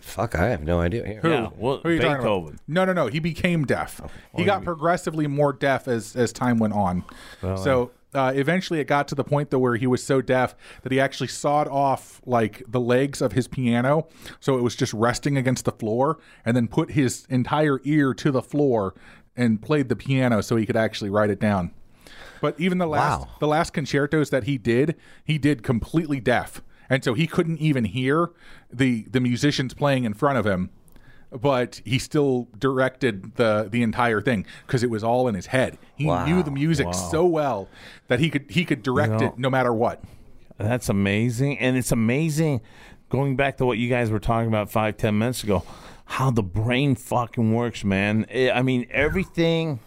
Fuck, I have no idea. Here.
Yeah, well,
Who are you talking about?
Beethoven.
No, no, no. He became deaf. he got progressively more deaf as as time went on. so uh, eventually, it got to the point though where he was so deaf that he actually sawed off like the legs of his piano, so it was just resting against the floor, and then put his entire ear to the floor and played the piano so he could actually write it down. But even the last
Wow.
the last concertos that he did, he did completely deaf. And so he couldn't even hear the the musicians playing in front of him, but he still directed the the entire thing because it was all in his head. He knew the music so well that he could he could direct
You know-
it no matter what.
That's amazing, and it's amazing. Going back to what you guys were talking about five, ten minutes ago, how the brain fucking works, man. I I mean, everything,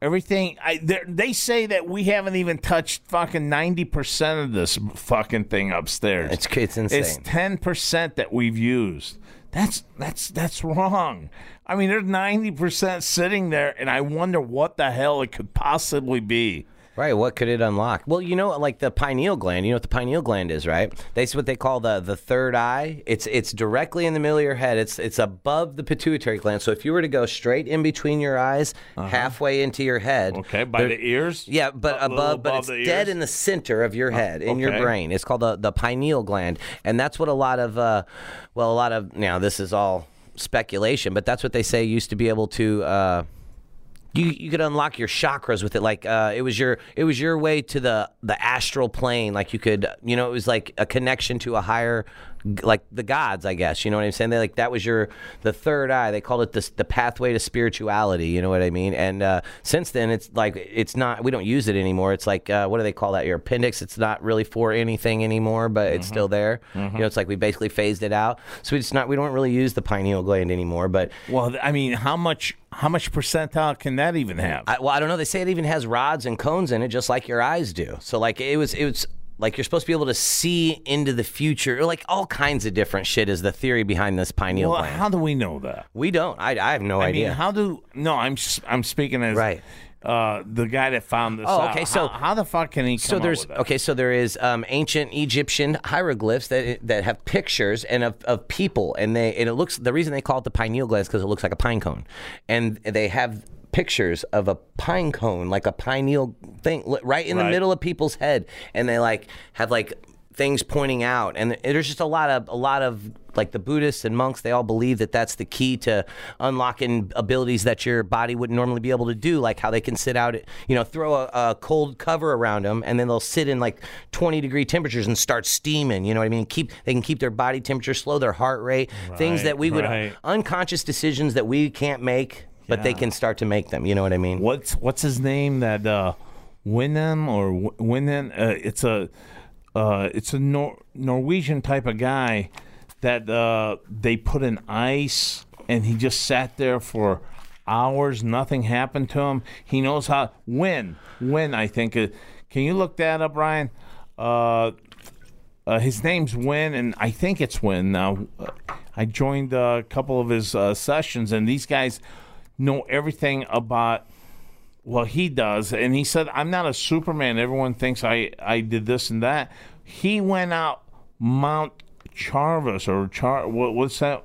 everything. I they're- they say that we haven't even touched fucking ninety percent of this fucking thing upstairs.
It's it's insane.
It's ten percent that we've used. That's that's that's wrong. I mean, there's ninety percent sitting there, and I wonder what the hell it could possibly be.
Right. What could it unlock? Well, you know, like the pineal gland. You know what the pineal gland is, right? That's what they call the the third eye. It's it's directly in the middle of your head. It's it's above the pituitary gland. So if you were to go straight in between your eyes, halfway into your head.
Uh-huh. Okay, by the ears.
Yeah, but
A little
above, but it's
the
dead
ears? Uh,
in the center of your head, in your
okay.
brain. It's called the, the pineal gland, and that's what a lot of, uh, well, a lot of now this is all speculation, but that's what they say used to be able to. Uh, you, you could unlock your chakras with it like uh, it was your it was your way to the the astral plane like you could you know it was like a connection to a higher g- like the gods I guess you know what I'm saying they like that was your the third eye they called it the, s- the pathway to spirituality you know what I mean and uh, since then it's like it's not we don't use it anymore it's like uh, what do they call that your appendix it's not really for anything anymore but it's still there you know it's like we basically phased it out so it's not we don't really use the pineal gland anymore but
Well, th- I mean, how much how much percentile can that even have?
I, well, I don't know. They say it even has rods and cones in it, just like your eyes do. So like it was, it was like you're supposed to be able to see into the future, or like all kinds of different shit is the theory behind this pineal
well,
gland.
how do we know that?
we don't. I, I have no
I
idea.
mean, how do? No, I'm s- I'm speaking as
Right.
Uh, the guy that found this.
Oh,
out.
okay, so-
how, how the fuck can he? Come
so
up
there's
with that?
okay. So there is um, ancient Egyptian hieroglyphs that that have pictures and of, of people, and they and it looks the reason they call it the pineal gland is because it looks like a pine cone, and they have pictures of a pine cone like a pineal thing li- right in the
Right.
middle of people's head, and they like have like things pointing out, and there's just a lot of a lot of like the Buddhists and monks, they all believe that that's the key to unlocking abilities that your body wouldn't normally be able to do, like how they can sit out, you know, throw a, a cold cover around them, and then they'll sit in like 20 degree temperatures and start steaming. You know what I mean? Keep they can keep their body temperature slow, their heart rate, things that we would
right.
unconscious decisions that we can't make, but they can start to make them. You know what I mean?
what's what's his name that uh Winham or Wi- Winham uh, it's a uh it's a Nor- Norwegian type of guy that uh they put in ice and he just sat there for hours nothing happened to him he knows how when when I think uh, can you look that up Ryan uh uh, his name's Win, and I think it's Win. Now, uh, I joined uh, a couple of his uh, sessions, and these guys know everything about well, he does. And he said, I'm not a Superman. Everyone thinks I, I did this and that. He went out Mount Charvis or Char. What, what's that?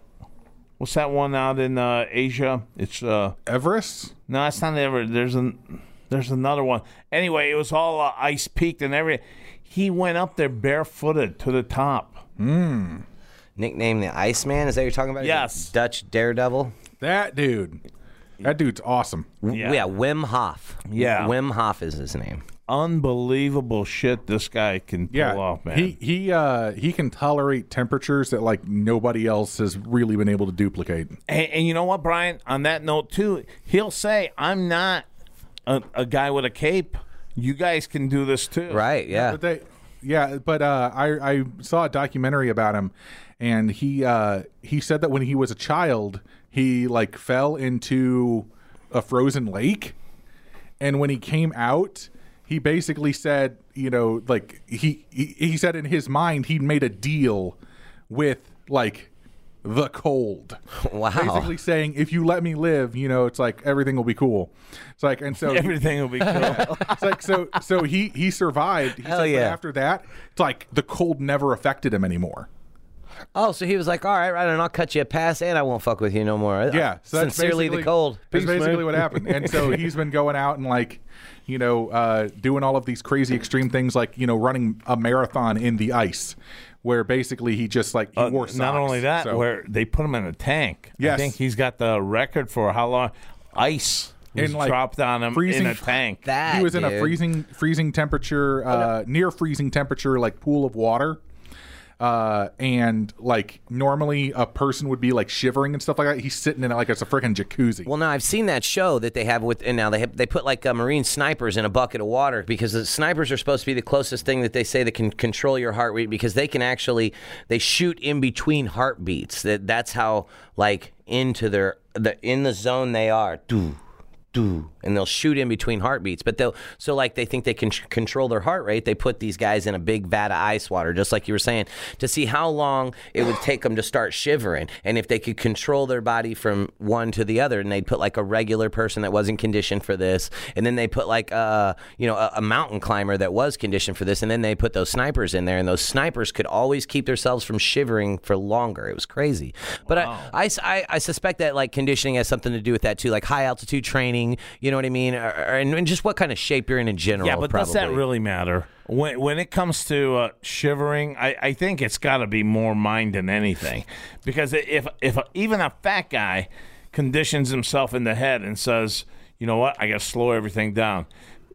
What's that one out in uh, Asia? It's uh,
Everest?
no, it's not ever. There's an there's another one. Anyway, it was all uh, ice peaked and everything. He went up there barefooted to the top.
Nickname the Iceman, is that what you're talking about?
Yes.
Dutch daredevil.
That dude. That dude's awesome.
Yeah.
Yeah. Wim Hof.
Yeah.
Wim Hof is his name.
Unbelievable shit this guy can pull
Yeah.
off, man.
He he uh he can tolerate temperatures that like nobody else has really been able to duplicate.
And, and you know what, Brian? On that note, too, he'll say, "I'm not a, a guy with a cape. You guys can do this too."
Right, yeah.
But they, yeah, but uh, I I saw a documentary about him, and he uh, he said that when he was a child, he like fell into a frozen lake, and when he came out, he basically said, you know, like he he, he said in his mind he made a deal with like the cold
Wow.
basically saying if you let me live you know it's like everything will be cool it's like and so he-
Everything will be cool.
it's like so so he he survived. He
Hell
said,
yeah.
But after that, it's like the cold never affected him anymore.
Oh, so he was like, all right, right, and I'll cut you a pass, and I won't fuck with you no more.
Yeah, so that's
Uh, sincerely,
basically-
the cold.
That's
Peace,
basically
man.
what happened. And so he's been going out and like, you know, uh, doing all of these crazy extreme things, like you know, running a marathon in the ice, where basically he just like
Uh,
he wore socks.
Uh, Not only that,
So-
where they put him in a tank. I
Yes.
think he's got the record for how long ice was
In, like,
dropped on him
freezing-
in a tank.
That
he was in a
dude.
freezing freezing temperature uh, near freezing temperature like pool of water uh, and like normally a person would be like shivering and stuff like that he's sitting in it like it's a freaking jacuzzi
Well, now I've seen that show that they have with, and now they have, they put like uh, marine snipers in a bucket of water because the snipers are supposed to be the closest thing that they say that can control your heart rate because they can actually they shoot in between heartbeats. That that's how like into their the in the zone they are. Doo, do, and they'll shoot in between heartbeats. But they'll so like they think they can tr- control their heart rate. They put these guys in a big vat of ice water, just like you were saying, to see how long it would take them to start shivering, and if they could control their body from one to the other. And they'd put like a regular person that wasn't conditioned for this, and then they put like a you know a, a mountain climber that was conditioned for this, and then they put those snipers in there, and those snipers could always keep themselves from shivering for longer. It was crazy, but I, I s- I- I suspect that like conditioning has something to do with that too, like high altitude training. You know what I mean, or, or- and, and just what kind of shape you're in in general.
Yeah, but does that
probably.
really matter? When when it comes to uh, shivering, I, I think it's got to be more mind than anything, because if if even a fat guy conditions himself in the head and says, you know what, I got to slow everything down.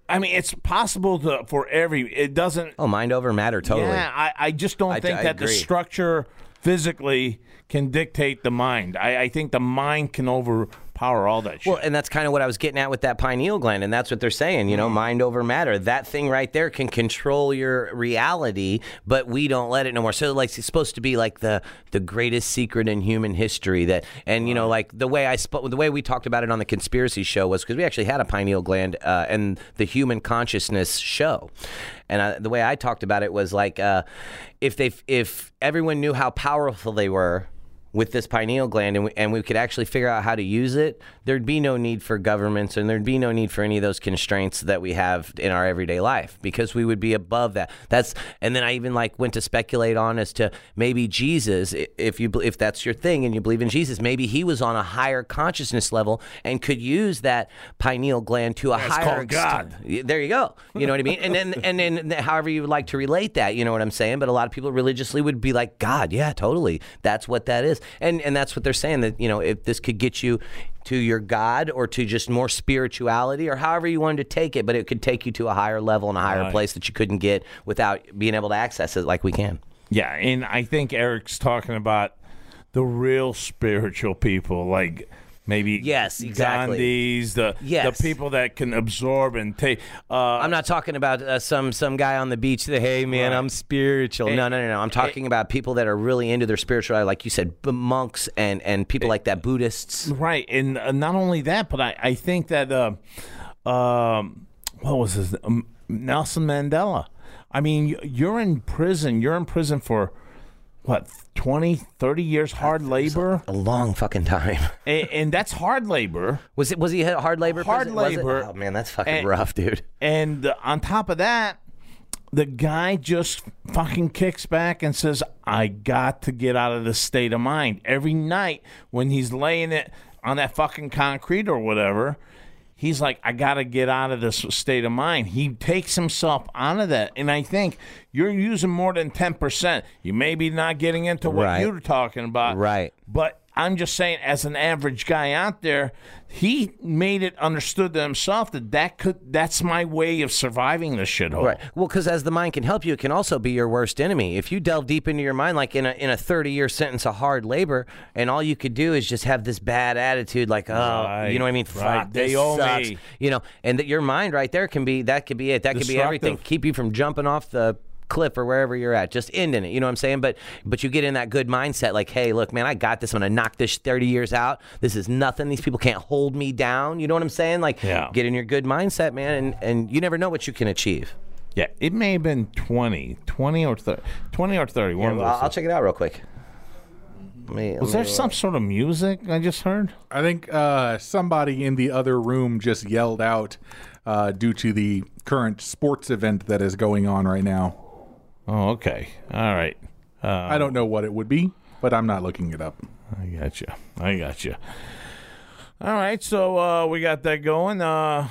I mean, it's possible to for every. It doesn't.
Oh, mind over matter, totally.
Yeah, I, I just don't
I-
think
I
that the
agree.
structure physically can dictate the mind. I, I think the mind can overpower all that shit.
Well, and that's kind of what I was getting at with that pineal gland, and that's what they're saying. You know, mind over matter. That thing right there can control your reality, but we don't let it no more. So, like, it's supposed to be like the the greatest secret in human history. That, and you know, like the way I spoke, the way we talked about it on the conspiracy show was because we actually had a pineal gland uh, and the human consciousness show, and I, the way I talked about it was like uh, if they if everyone knew how powerful they were with this pineal gland and we, and we could actually figure out how to use it, there'd be no need for governments and there'd be no need for any of those constraints that we have in our everyday life because we would be above that. That's and then I even like went to speculate on as to maybe Jesus i- if you bel- if that's your thing and you believe in Jesus, maybe he was on a higher consciousness level and could use that pineal gland to a
it's
higher
called God.
Y- There you go. You know what I mean? And then and then th- however you would like to relate that, you know what I'm saying? But a lot of people religiously would be like, God, yeah, totally. That's what that is. And and that's what they're saying that, you know, if this could get you to your God or to just more spirituality or however you wanted to take it, but it could take you to a higher level and a higher place that you couldn't get without being able to access it like we can.
Yeah, and I think Eric's talking about the real spiritual people, like maybe
Yes, exactly.
Gandhis, the
Yes.
the people that can absorb and take. Uh,
I'm not talking about uh, some some guy on the beach that hey man I'm spiritual. no, no, no, no. I'm talking about people that are really into their spirituality, like you said, b- monks and and people like that, Buddhists.
right, and uh, not only that, but I I think that uh, um, what was his um, Nelson Mandela. I mean, y- you're in prison. You're in prison for what 20 30 years hard labor
A long fucking time.
and, and that's hard labor
Was it was he a hard labor?
Hard
person? Was it?
labor.
Oh man, that's fucking
And-
rough, dude.
And uh, on top of that, the guy just fucking kicks back and says, I got to get out of this state of mind. Every night when he's laying it on that fucking concrete or whatever, he's like, I got to get out of this state of mind. He takes himself out of that. And I think you're using more than 10%. You may be not getting into what
Right.
you're talking about.
Right.
But I'm just saying, as an average guy out there, he made it understood to himself that that could that's my way of surviving this shithole.
Right. Well, because as the mind can help you, it can also be your worst enemy. If you delve deep into your mind, like in a in a thirty year sentence of hard labor, and all you could do is just have this bad attitude, like oh, you know what I mean?
Right, right.
Fuck,
They
this
owe
sucks.
me.
You know, and that your mind right there can be that could be it. That could be everything.
Destructive.
Keep you from jumping off the cliff or wherever you're at just ending it you know what i'm saying but but you get in that good mindset like hey look man i got this i'm gonna knock this 30 years out this is nothing these people can't hold me down you know what i'm saying like
Yeah.
get in your good mindset man and and you never know what you can achieve
Yeah. It may have been 20, 20 or 30, 20 or 30. one of
well,
those.
I'll, uh, I'll check it out real quick. Let me-
Was
let
there
me-
some sort of music I just heard?
I think uh, somebody in the other room just yelled out uh, due to the current sports event that is going on right now.
Oh, okay. All right.
I don't know what it would be, but I'm not looking it up.
I got you. I got you. All right. So uh, we got that going. Uh,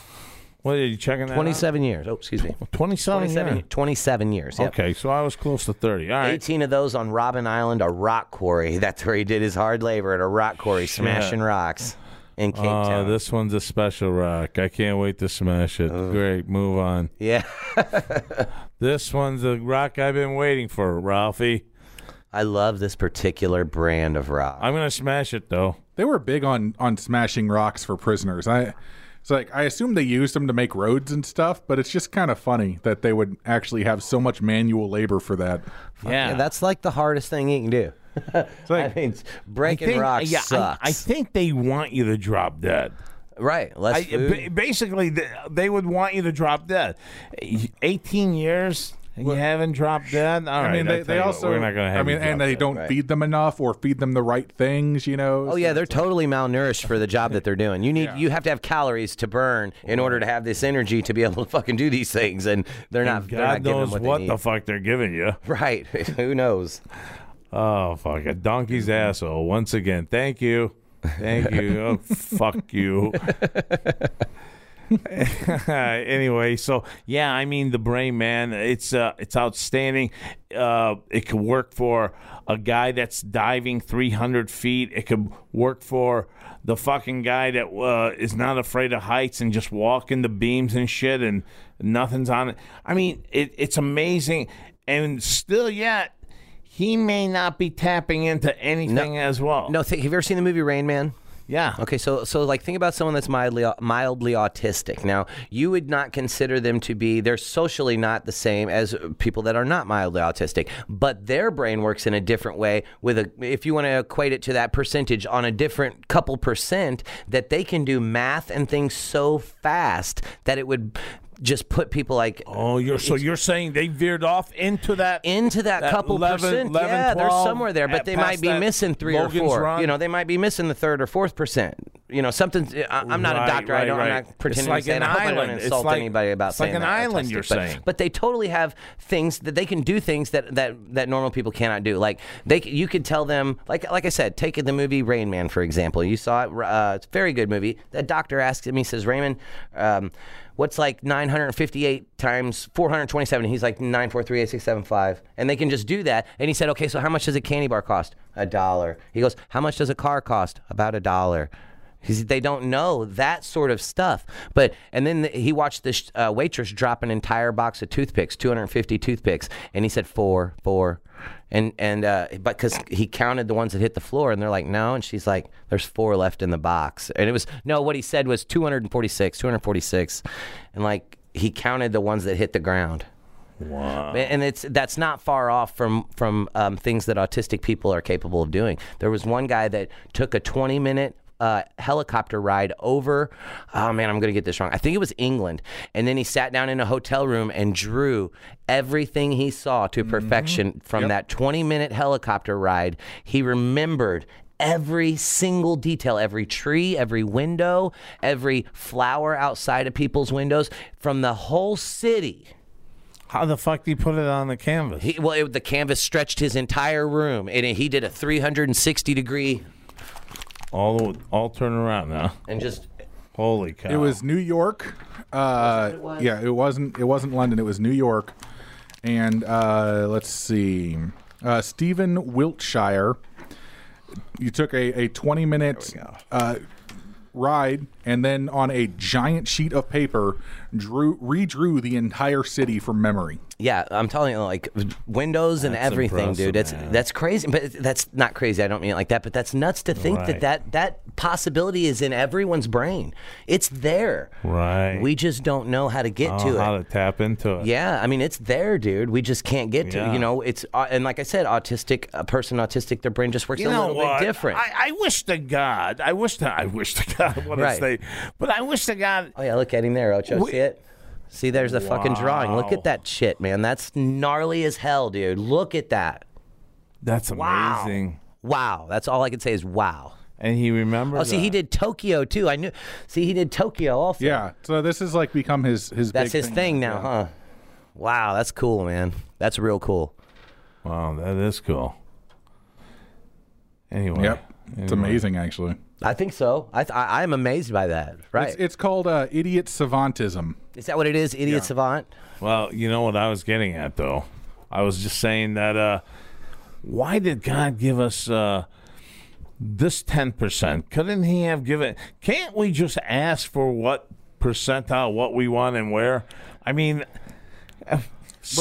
what are you checking that out?
27 years. Oh, excuse me.
27.
27,
yeah.
27 years. Yep.
Okay. So I was close to 30. All right.
18 of those on Robin Island, a rock quarry. That's where he did his hard labor at a rock quarry, smashing rocks in Cape
Uh,
Town.
this one's a special rock. I can't wait to smash it. Great, move on.
yeah.
This one's a rock I've been waiting for, Ralphie.
I love this particular brand of rock.
I'm gonna smash it though.
They were big on on smashing rocks for prisoners. I it's like I assume they used them to make roads and stuff, but it's just kind of funny that they would actually have so much manual labor for that.
Yeah,
that's like the hardest thing you can do.
It's like,
I mean, breaking rocks
yeah, I-
sucks.
I, think they want you to drop dead.
Right. Less
I,
food.
ba- basically, th- they would want you to drop dead. 18 years and you haven't dropped dead? All right.
I mean,
I'll
they,
tell
they
you what,
also.
we're not going to have
I mean,
you
and
drop
they
dead.
don't
right.
feed them enough or feed them the right things. You know.
Oh yeah, they're totally malnourished for the job that they're doing. You need you have to have calories to burn in order to have this energy to be able to fucking do these things, and they're not. they're not
God
giving
knows
them
what,
what, they need.
the fuck they're giving you.
right? Who knows?
Oh, fuck. A donkey's asshole. Once again, thank you. Thank you. Oh, fuck you. anyway, so yeah, I mean the brain man, it's uh it's outstanding. Uh it could work for a guy that's diving 300 feet. It could work for the fucking guy that uh, is not afraid of heights and just walking the beams and shit and nothing's on it. I mean, it, it's amazing and still yet he may not be tapping into anything as well.
No, think, have you ever seen the movie Rain Man?
Yeah.
Okay, so so like think about someone that's mildly mildly autistic. Now, you would not consider them to be they're socially not the same as people that are not mildly autistic, but their brain works in a different way with a if you want to equate it to that percentage on a different couple percent that they can do math and things so fast that it would just put people like
Oh, you're so you're saying they veered off into that
into that,
That
couple
11,
percent.
11,
yeah, they're
12,
somewhere there,
at-
but they
past
might be
that
missing three or
Logan's
four.
run.
You know, they might be missing the third or fourth percent. You know, uh, something. I, I'm not
Right,
a doctor.
right,
I don't.
right.
I'm not pretending
It's like
to say
an
that. I hope I
island.
don't
It's
insult
like-
anybody about
it's like
saying
an
that I'm
island, you're
autistic, but,
saying.
But they totally have things that they can do things that that that normal people cannot do. Like they, c- you could tell them. Like like I said, taking the movie Rain Man for example. You saw it. Uh, it's a very good movie. That doctor asks him. He says, Raymond. Um, What's like 958 times 427? He's like 9438675. And they can just do that. And he said, okay, so how much does a candy bar cost? A dollar. He goes, how much does a car cost? About a dollar. Because they don't know that sort of stuff. But and then he watched this uh, waitress drop an entire box of toothpicks, 250 toothpicks, and he said four, four, and and uh, but because he counted the ones that hit the floor, and they're like no, and she's like there's four left in the box, and it was no. What he said was 246, 246, and like he counted the ones that hit the ground. Wow. And it's that's not far off from from um, things that autistic people are capable of doing. There was one guy that took a 20 minute uh, helicopter ride over. Oh man, I'm gonna get this wrong. I think it was England, and then he sat down in a hotel room and drew everything he saw to perfection from that 20 minute helicopter ride. He remembered every single detail every tree every window every flower outside of people's windows from the whole city
How the fuck do you put it on the canvas?
he, well, it, the canvas stretched his entire room, and he did a 360 degree
all all turn around now.
and just.
Holy cow!
It was New York. Uh, Yeah, it wasn't. It wasn't London. It was New York. And uh, let's see, uh, Stephen Wiltshire. You took a, a twenty minute uh, ride, and then on a giant sheet of paper, drew redrew the entire city from memory.
Yeah, I'm telling you, like windows and
That's
everything,
impressive,
dude. That's
man.
that's crazy, but it- that's not crazy. I don't mean it like that, but that's nuts to think
Right.
that, that that possibility is in everyone's brain. It's there.
Right.
We just don't know how to get
I don't
to
know
it.
how to tap into it.
Yeah, I mean it's there, dude. We just can't get to
Yeah.
you know. It's uh, and like I said, autistic a person autistic, their brain just works
You
a
know
little
what?
bit different.
I, I wish to God. I wish to. I wish to God. What
Right.
I say, but I wish to God.
Oh yeah, look at him there, Ocho.
We-
See it? See, there's the fucking drawing. Look
Wow.
at that shit, man. That's gnarly as hell, dude. Look at that.
That's amazing.
Wow. That's all I can say is wow.
And he remembers.
Oh, see, he
that.
did Tokyo too. I knew. See, he did Tokyo also.
Yeah. So this has like become his his.
That's
big
his thing now, huh? Wow, that's cool, man. That's real cool.
Wow, that is cool. Anyway.
Yep. It's
Anyway.
amazing, actually.
I think so. I th- I, I'm amazed by that. Right?
It's, it's called uh, idiot savantism.
Is that what it is, idiot savant?
Well, you know what I was getting at though. I was just saying that uh why did God give us uh this 10%? Couldn't he have given Can't we just ask for what percentile what we want and where? I mean
Well,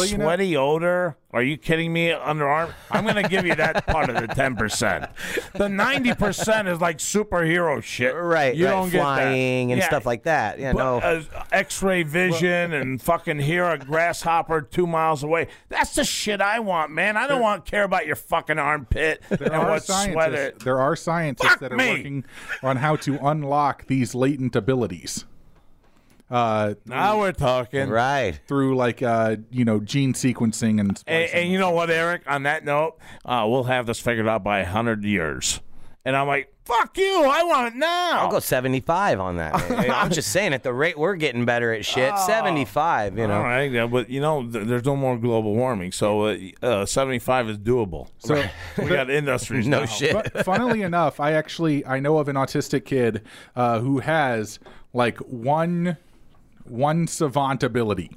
you know-
Sweaty odor? Are you kidding me? Underarm? I'm going to give you that part of the 10%. The 90% is like superhero shit.
Right,
You
right,
don't
flying
get that.
and
Yeah.
stuff like that. Yeah,
But,
no.
uh, X-ray vision and fucking hear a grasshopper two miles away. That's the shit I want, man. I don't want care about your fucking armpit
There
and
are,
what sweat it.
scientists, there are scientists
Fuck
that are
me.
working on how to unlock these latent abilities uh,
Now we're talking.
right.
through like uh, you know gene sequencing and
And,
splicing.
and you know what, Eric? On that note, uh, we'll have this figured out by 100 years. And I'm like, fuck you. I want it now.
I'll go 75 on that. Hey, I'm just saying, at the rate we're getting better at shit, 75, you know.
Oh. All right, yeah, but you know, th- there's no more global warming, so uh, uh, 75 is doable.
So-
we got industries.
No
now.
shit.
but funnily enough, I actually I know of an autistic kid uh, who has like one one savant ability,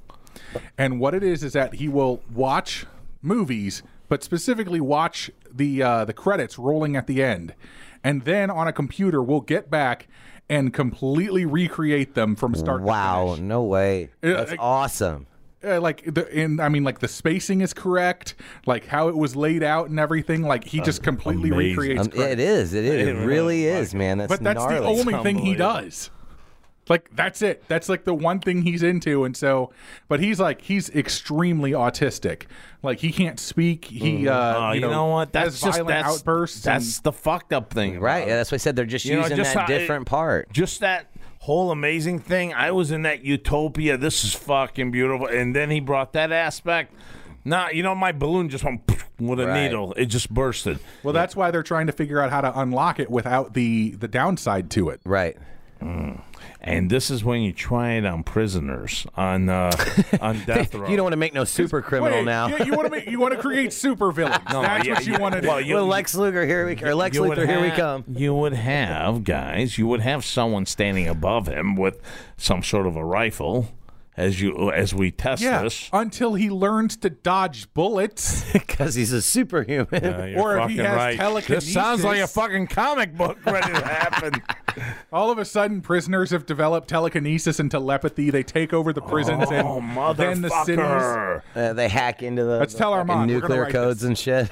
and what it is is that he will watch movies, but specifically watch the uh, the credits rolling at the end, and then on a computer will get back and completely recreate them from start. to
Wow, no way. That's
I-
awesome.
uh, like the and I mean like the spacing is correct, like how it was laid out and everything. Like he just completely
amazing.
recreates.
Um,
correct.
it is. It is. It really is, man. That's
but that's
gnarly.
the only thing he does. Like that's it. That's like the one thing he's into, and so, but he's like he's extremely autistic. Like he can't speak.
Mm-hmm.
He, uh,
Uh,
you, know,
what? That's
has
just
violent
that's,
outbursts.
That's
and-
the fucked up thing, about
Right.
it.
Yeah, that's why I said they're just
You know,
using
just
that
how it-
different part.
Just that whole amazing thing. I was in that utopia. This is fucking beautiful. And then he brought that aspect. Nah, you know, my balloon just went with a
Right.
needle. It just bursted.
well, that's why they're trying to figure out how to unlock it without the the downside to it.
Right.
And this is when you try it on prisoners on uh, on death row.
You don't want to make no super criminal
Wait,
now.
yeah, you want to make you want to create super villains. that's
yeah,
what you
yeah.
want to do.
Well, you-
Well, Lex Luger, here we or Lex
You would
Luthor, here we
ha-
come.
You would have guys. You would have someone standing above him with some sort of a rifle. As you as we test
yeah,
this,
until he learns to dodge bullets.
Because he's a superhuman.
Or if he has telekinesis.
This sounds like a fucking comic book ready to happen.
All of a sudden, prisoners have developed telekinesis and telepathy. They take over the prisons
oh
and then the cities.
motherfucker!
Uh, they hack into the,
Let's
the
tell
fucking
Armand, we're gonna
nuclear
write
codes and shit.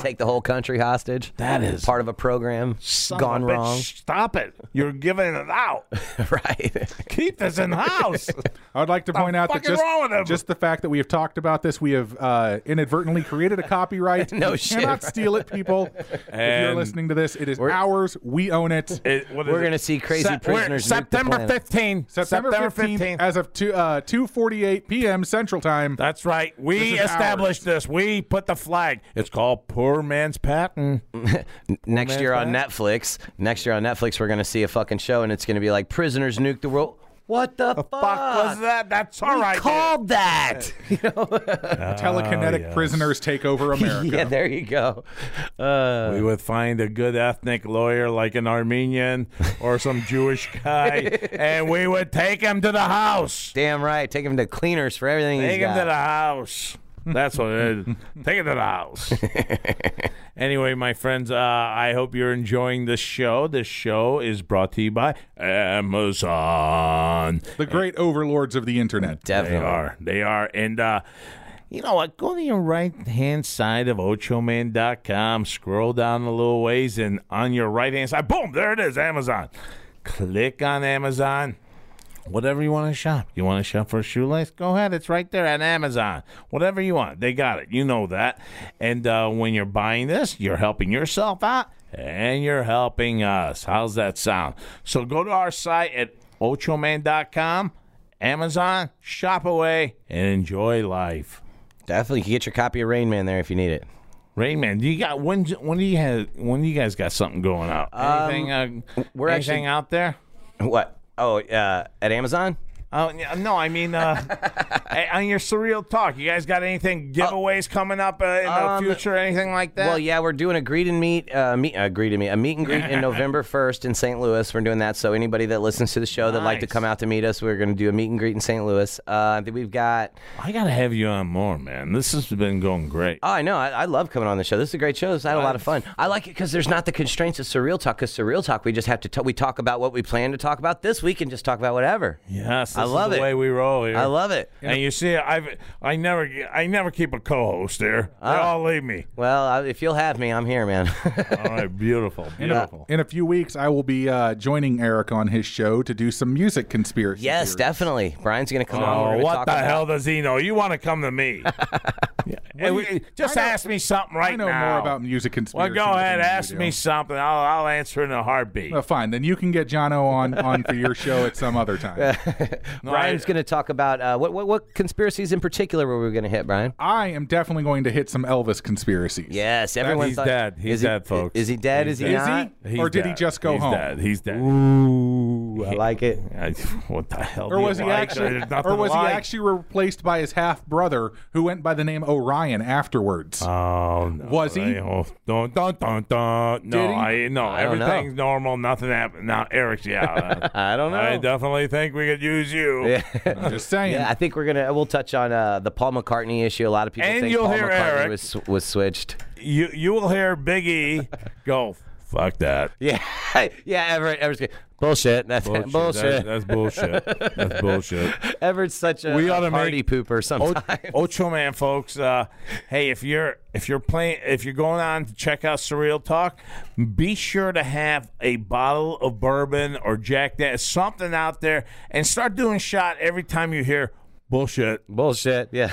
Take the whole country hostage.
That is-
part of a program
Son of
gone
a bitch,
wrong.
Stop it! You're giving it out.
right.
Keep this in house.
I would like to point out that
fucking
just,
wrong with him?
just the fact that we have talked about this, we have uh, inadvertently created a copyright.
No
you
shit,
cannot
right?
steal it, people. if you're
And
listening to this, it is ours. We own it.
It- what is
We're
it?
gonna see crazy
we're-
prisoners nuke the
September
planet.
15.
September, 15th, as of two, uh, 2.48 p.m. Central Time.
That's right. We
This is
established this. We put the flag. It's called Poor Man's Patent.
next year on Netflix. Next year on Netflix, we're gonna see a fucking show, and it's gonna be like prisoners nuke the world. What the, fuck?
was that? That's all
Uh, We
right.
called that.
Telekinetic
yes.
prisoners take over America.
yeah, there you go. Uh,
We would find a good ethnic lawyer like an Armenian or some Jewish guy, and we would take him to the house.
damn right. Take him to cleaners for everything he's
Take him
got.
to the house. That's what it is. Take him to the house. anyway, my friends, uh, I hope you're enjoying this show. This show is brought to you by Amazon.
The great overlords of the internet.
They
Definitely.
are. They are. And uh, you know what? Go to your right hand side of ochoman.com. Scroll down a little ways, and on your right hand side, boom, there it is Amazon. Click on Amazon. Whatever you want to shop. You want to shop for a shoelace? Go ahead. It's right there on Amazon. Whatever you want. They got it. You know that. And uh, when you're buying this, you're helping yourself out and you're helping us. How's that sound? So go to our site at ochoman.com, Amazon, shop away, and enjoy life.
Definitely. You can get your copy of Rain Man there if you need it.
Rayman, do you got when? When do you have? When do you guys got something going out? Anything? uh,
Um, we're
anything
actually-
out there?
What? Oh, uh, at Amazon.
Oh yeah, no, I mean uh, hey, on your surreal talk. You guys got anything giveaways coming up uh, in
um,
the future? Anything like that?
Well, yeah, we're doing a greet and meet, uh, meet, uh, greet and meet, a meet and greet in November first in St. Louis. We're doing that, so anybody that listens to the show that'd like to
Nice.
come out to meet us, we're going to do a meet and greet in St. Louis. Uh, then we've got.
I gotta have you on more, man. This has been going great.
Oh, I know. I, I love coming on the show. This is a great show. This I had a lot of fun. I like it because there's not the constraints of surreal talk. Because surreal talk, we just have to t- we talk about what we plan to talk about this week and just talk about whatever.
yes, This is
love
the
it.
way we roll here.
I love it.
And you see, I've I never I never keep a co-host here. They all leave me.
Well, I- if you'll have me, I'm here, man.
All right, beautiful, beautiful.
In a few weeks, I will be uh, joining Eric on his show to do some music conspiracy.
yes,
theories.
definitely. Brian's gonna come on. We're
Oh,
gonna
what
talk
the
about-
hell does he know? You want to come to me? Yeah. Hey, we- just
I know-
ask me something right
I know
now.
more about music
Well,
conspiracy.
go ahead,
than you
ask
do.
me something. I'll I'll answer in a heartbeat.
Uh, fine, then you can get Jono on on for your show at some other time.
No,
Brian's
I-
gonna talk about uh, what, what what conspiracies in particular were we gonna hit, Brian?
I am definitely going to hit some Elvis conspiracies.
Yes, everyone.
he's
thought-
dead. He's
is he-
dead, folks.
Is he dead? is he
Is
not?
he? or did he
dead.
just go
He's
home?
Dead. He's dead.
Ooh, I
He-
like it.
I- what the hell?
Or
do you
was he
like?
actually?
There's nothing
Or was
to like.
he actually replaced by his half brother, who went by the name Orion afterwards?
Oh no!
Was he?
I- oh, dun, dun, dun, dun. No,
Did he?
I no.
don't know.
everything's normal. Nothing happened. Now, Eric's yeah. uh,
I don't know.
I definitely think we could use you.
I'm just saying.
Uh, Yeah, I think we're gonna we'll touch on uh, the Paul McCartney issue. A lot of people
And
think
you'll
Paul
hear
McCartney
Eric.
was was switched.
You you will hear Biggie go. Fuck that.
Yeah, yeah. Everett, Everett's gonna- bullshit. That's bullshit.
That- that's bullshit. That's bullshit.
Everett's such a,
We
a
oughta
party
make- Oh.
pooper
O-
sometimes.
Ocho Man, folks. Uh, hey, if you're if you're playing if you're going on to check out Surreal Talk, be sure to have a bottle of bourbon or Jack Daniels, something out there, and start doing shot every time you hear bullshit.
bullshit. Yeah,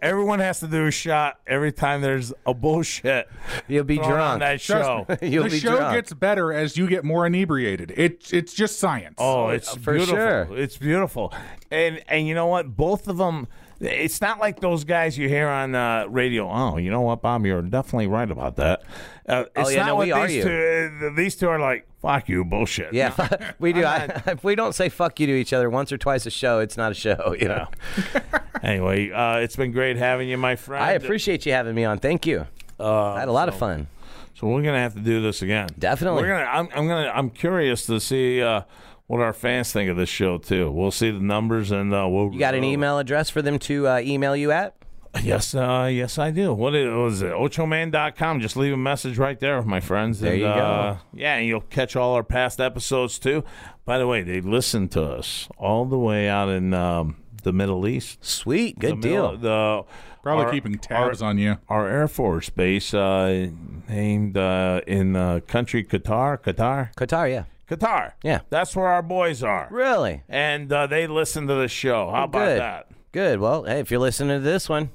Everyone has to do a shot every time there's a bullshit.
you'll be
thrown on
drunk.
that show.
You'll
the
be
show
drunk.
gets better as you get more inebriated. It, it's just science.
Oh, it's
uh, for
beautiful.
sure.
It's beautiful. And and you know what? Both of them. It's not like those guys you hear on uh, radio. Oh, you know what, Bob? You're definitely right about that. Uh,
Oh,
it's
yeah,
not
no,
what
we are
these
you.
two. uh, these two are like fuck you, bullshit.
yeah, we do. I, if we don't say fuck you to each other once or twice a show, it's not a show. You know.
Anyway, uh, it's been great having you, my friend.
I appreciate you having me on. Thank you. I had a lot of fun.
uh, So we're gonna have to do this again.
Definitely.
We're gonna. I'm, I'm gonna. I'm curious to see uh, what our fans think of this show too. We'll see the numbers and uh, we'll.
You got an email address for them to uh, email you at?
Yes, uh, yes, I do. What is, what is it? Ochoman.com. Just leave a message right there, my friends. There
you go.
yeah, and you'll catch all our past episodes too. By the way, they listen to us all the way out in um, the Middle East.
Sweet,
The
good deal.
Middle- the
Probably
our-
keeping
our-
tabs on you.
Our Air Force base uh, named uh, in uh, country Qatar, Qatar,
Qatar, yeah.
Qatar.
Yeah.
that's where our boys are.
Really?
And uh, they listen to the show. How about
good.
that?
Good. Well, hey, if you're listening to this one,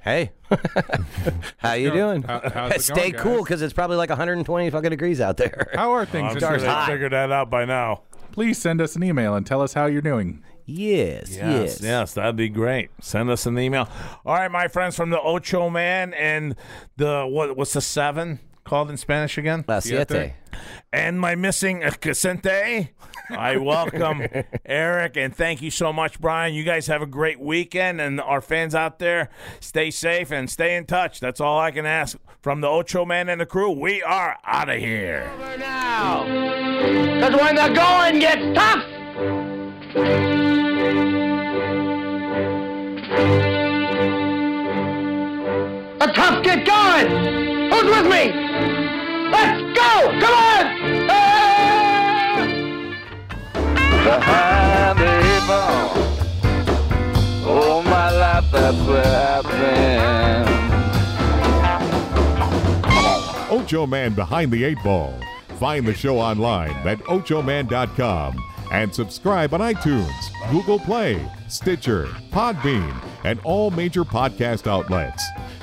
hey, how you doing?
How- how's it
Stay
going,
cool
guys?
because it's probably like 120 fucking degrees out there.
How are things?
I'm
in
sure
Turkey?
they figured that out by now.
Please send us an email and tell us how you're doing.
yes,
Yes,
yes,
yes, that'd be great. Send us an email. All right, my friends from the Ocho Man and the what? What's the seven called in Spanish again?
La siete.
And my missing uh, Casente. I welcome Eric and thank you so much, Brian. You guys have a great weekend, and our fans out there, stay safe and stay in touch. That's all I can ask from the Ocho Man and the crew. We are out of here.
now. Because when the going gets tough, the tough get going. Who's with me? Let's go! Come on! Ah!
behind the eight ball. All Oh, my life that's where I've been.
Ocho Man Behind the Eight Ball. Find the show online at ochoman.com and subscribe on iTunes, Google Play, Stitcher, Podbean, and all major podcast outlets.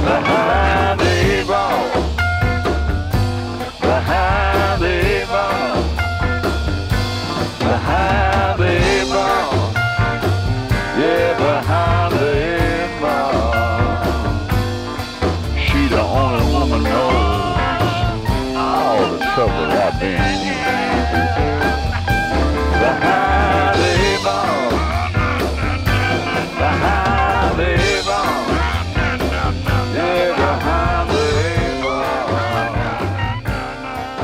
Behind the eight ball. Behind the eight ball. Behind the eight ball. Yeah, behind the eight ball. She the only woman knows all the trouble I've been in. Behind the eight ball. Behind the eight ball. Yeah, behind the eight ball.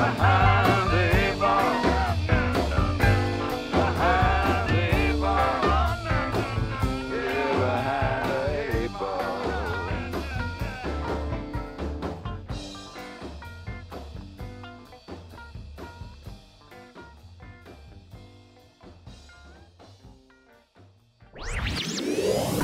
Behind the eight ball. Behind the eight ball. Yeah, behind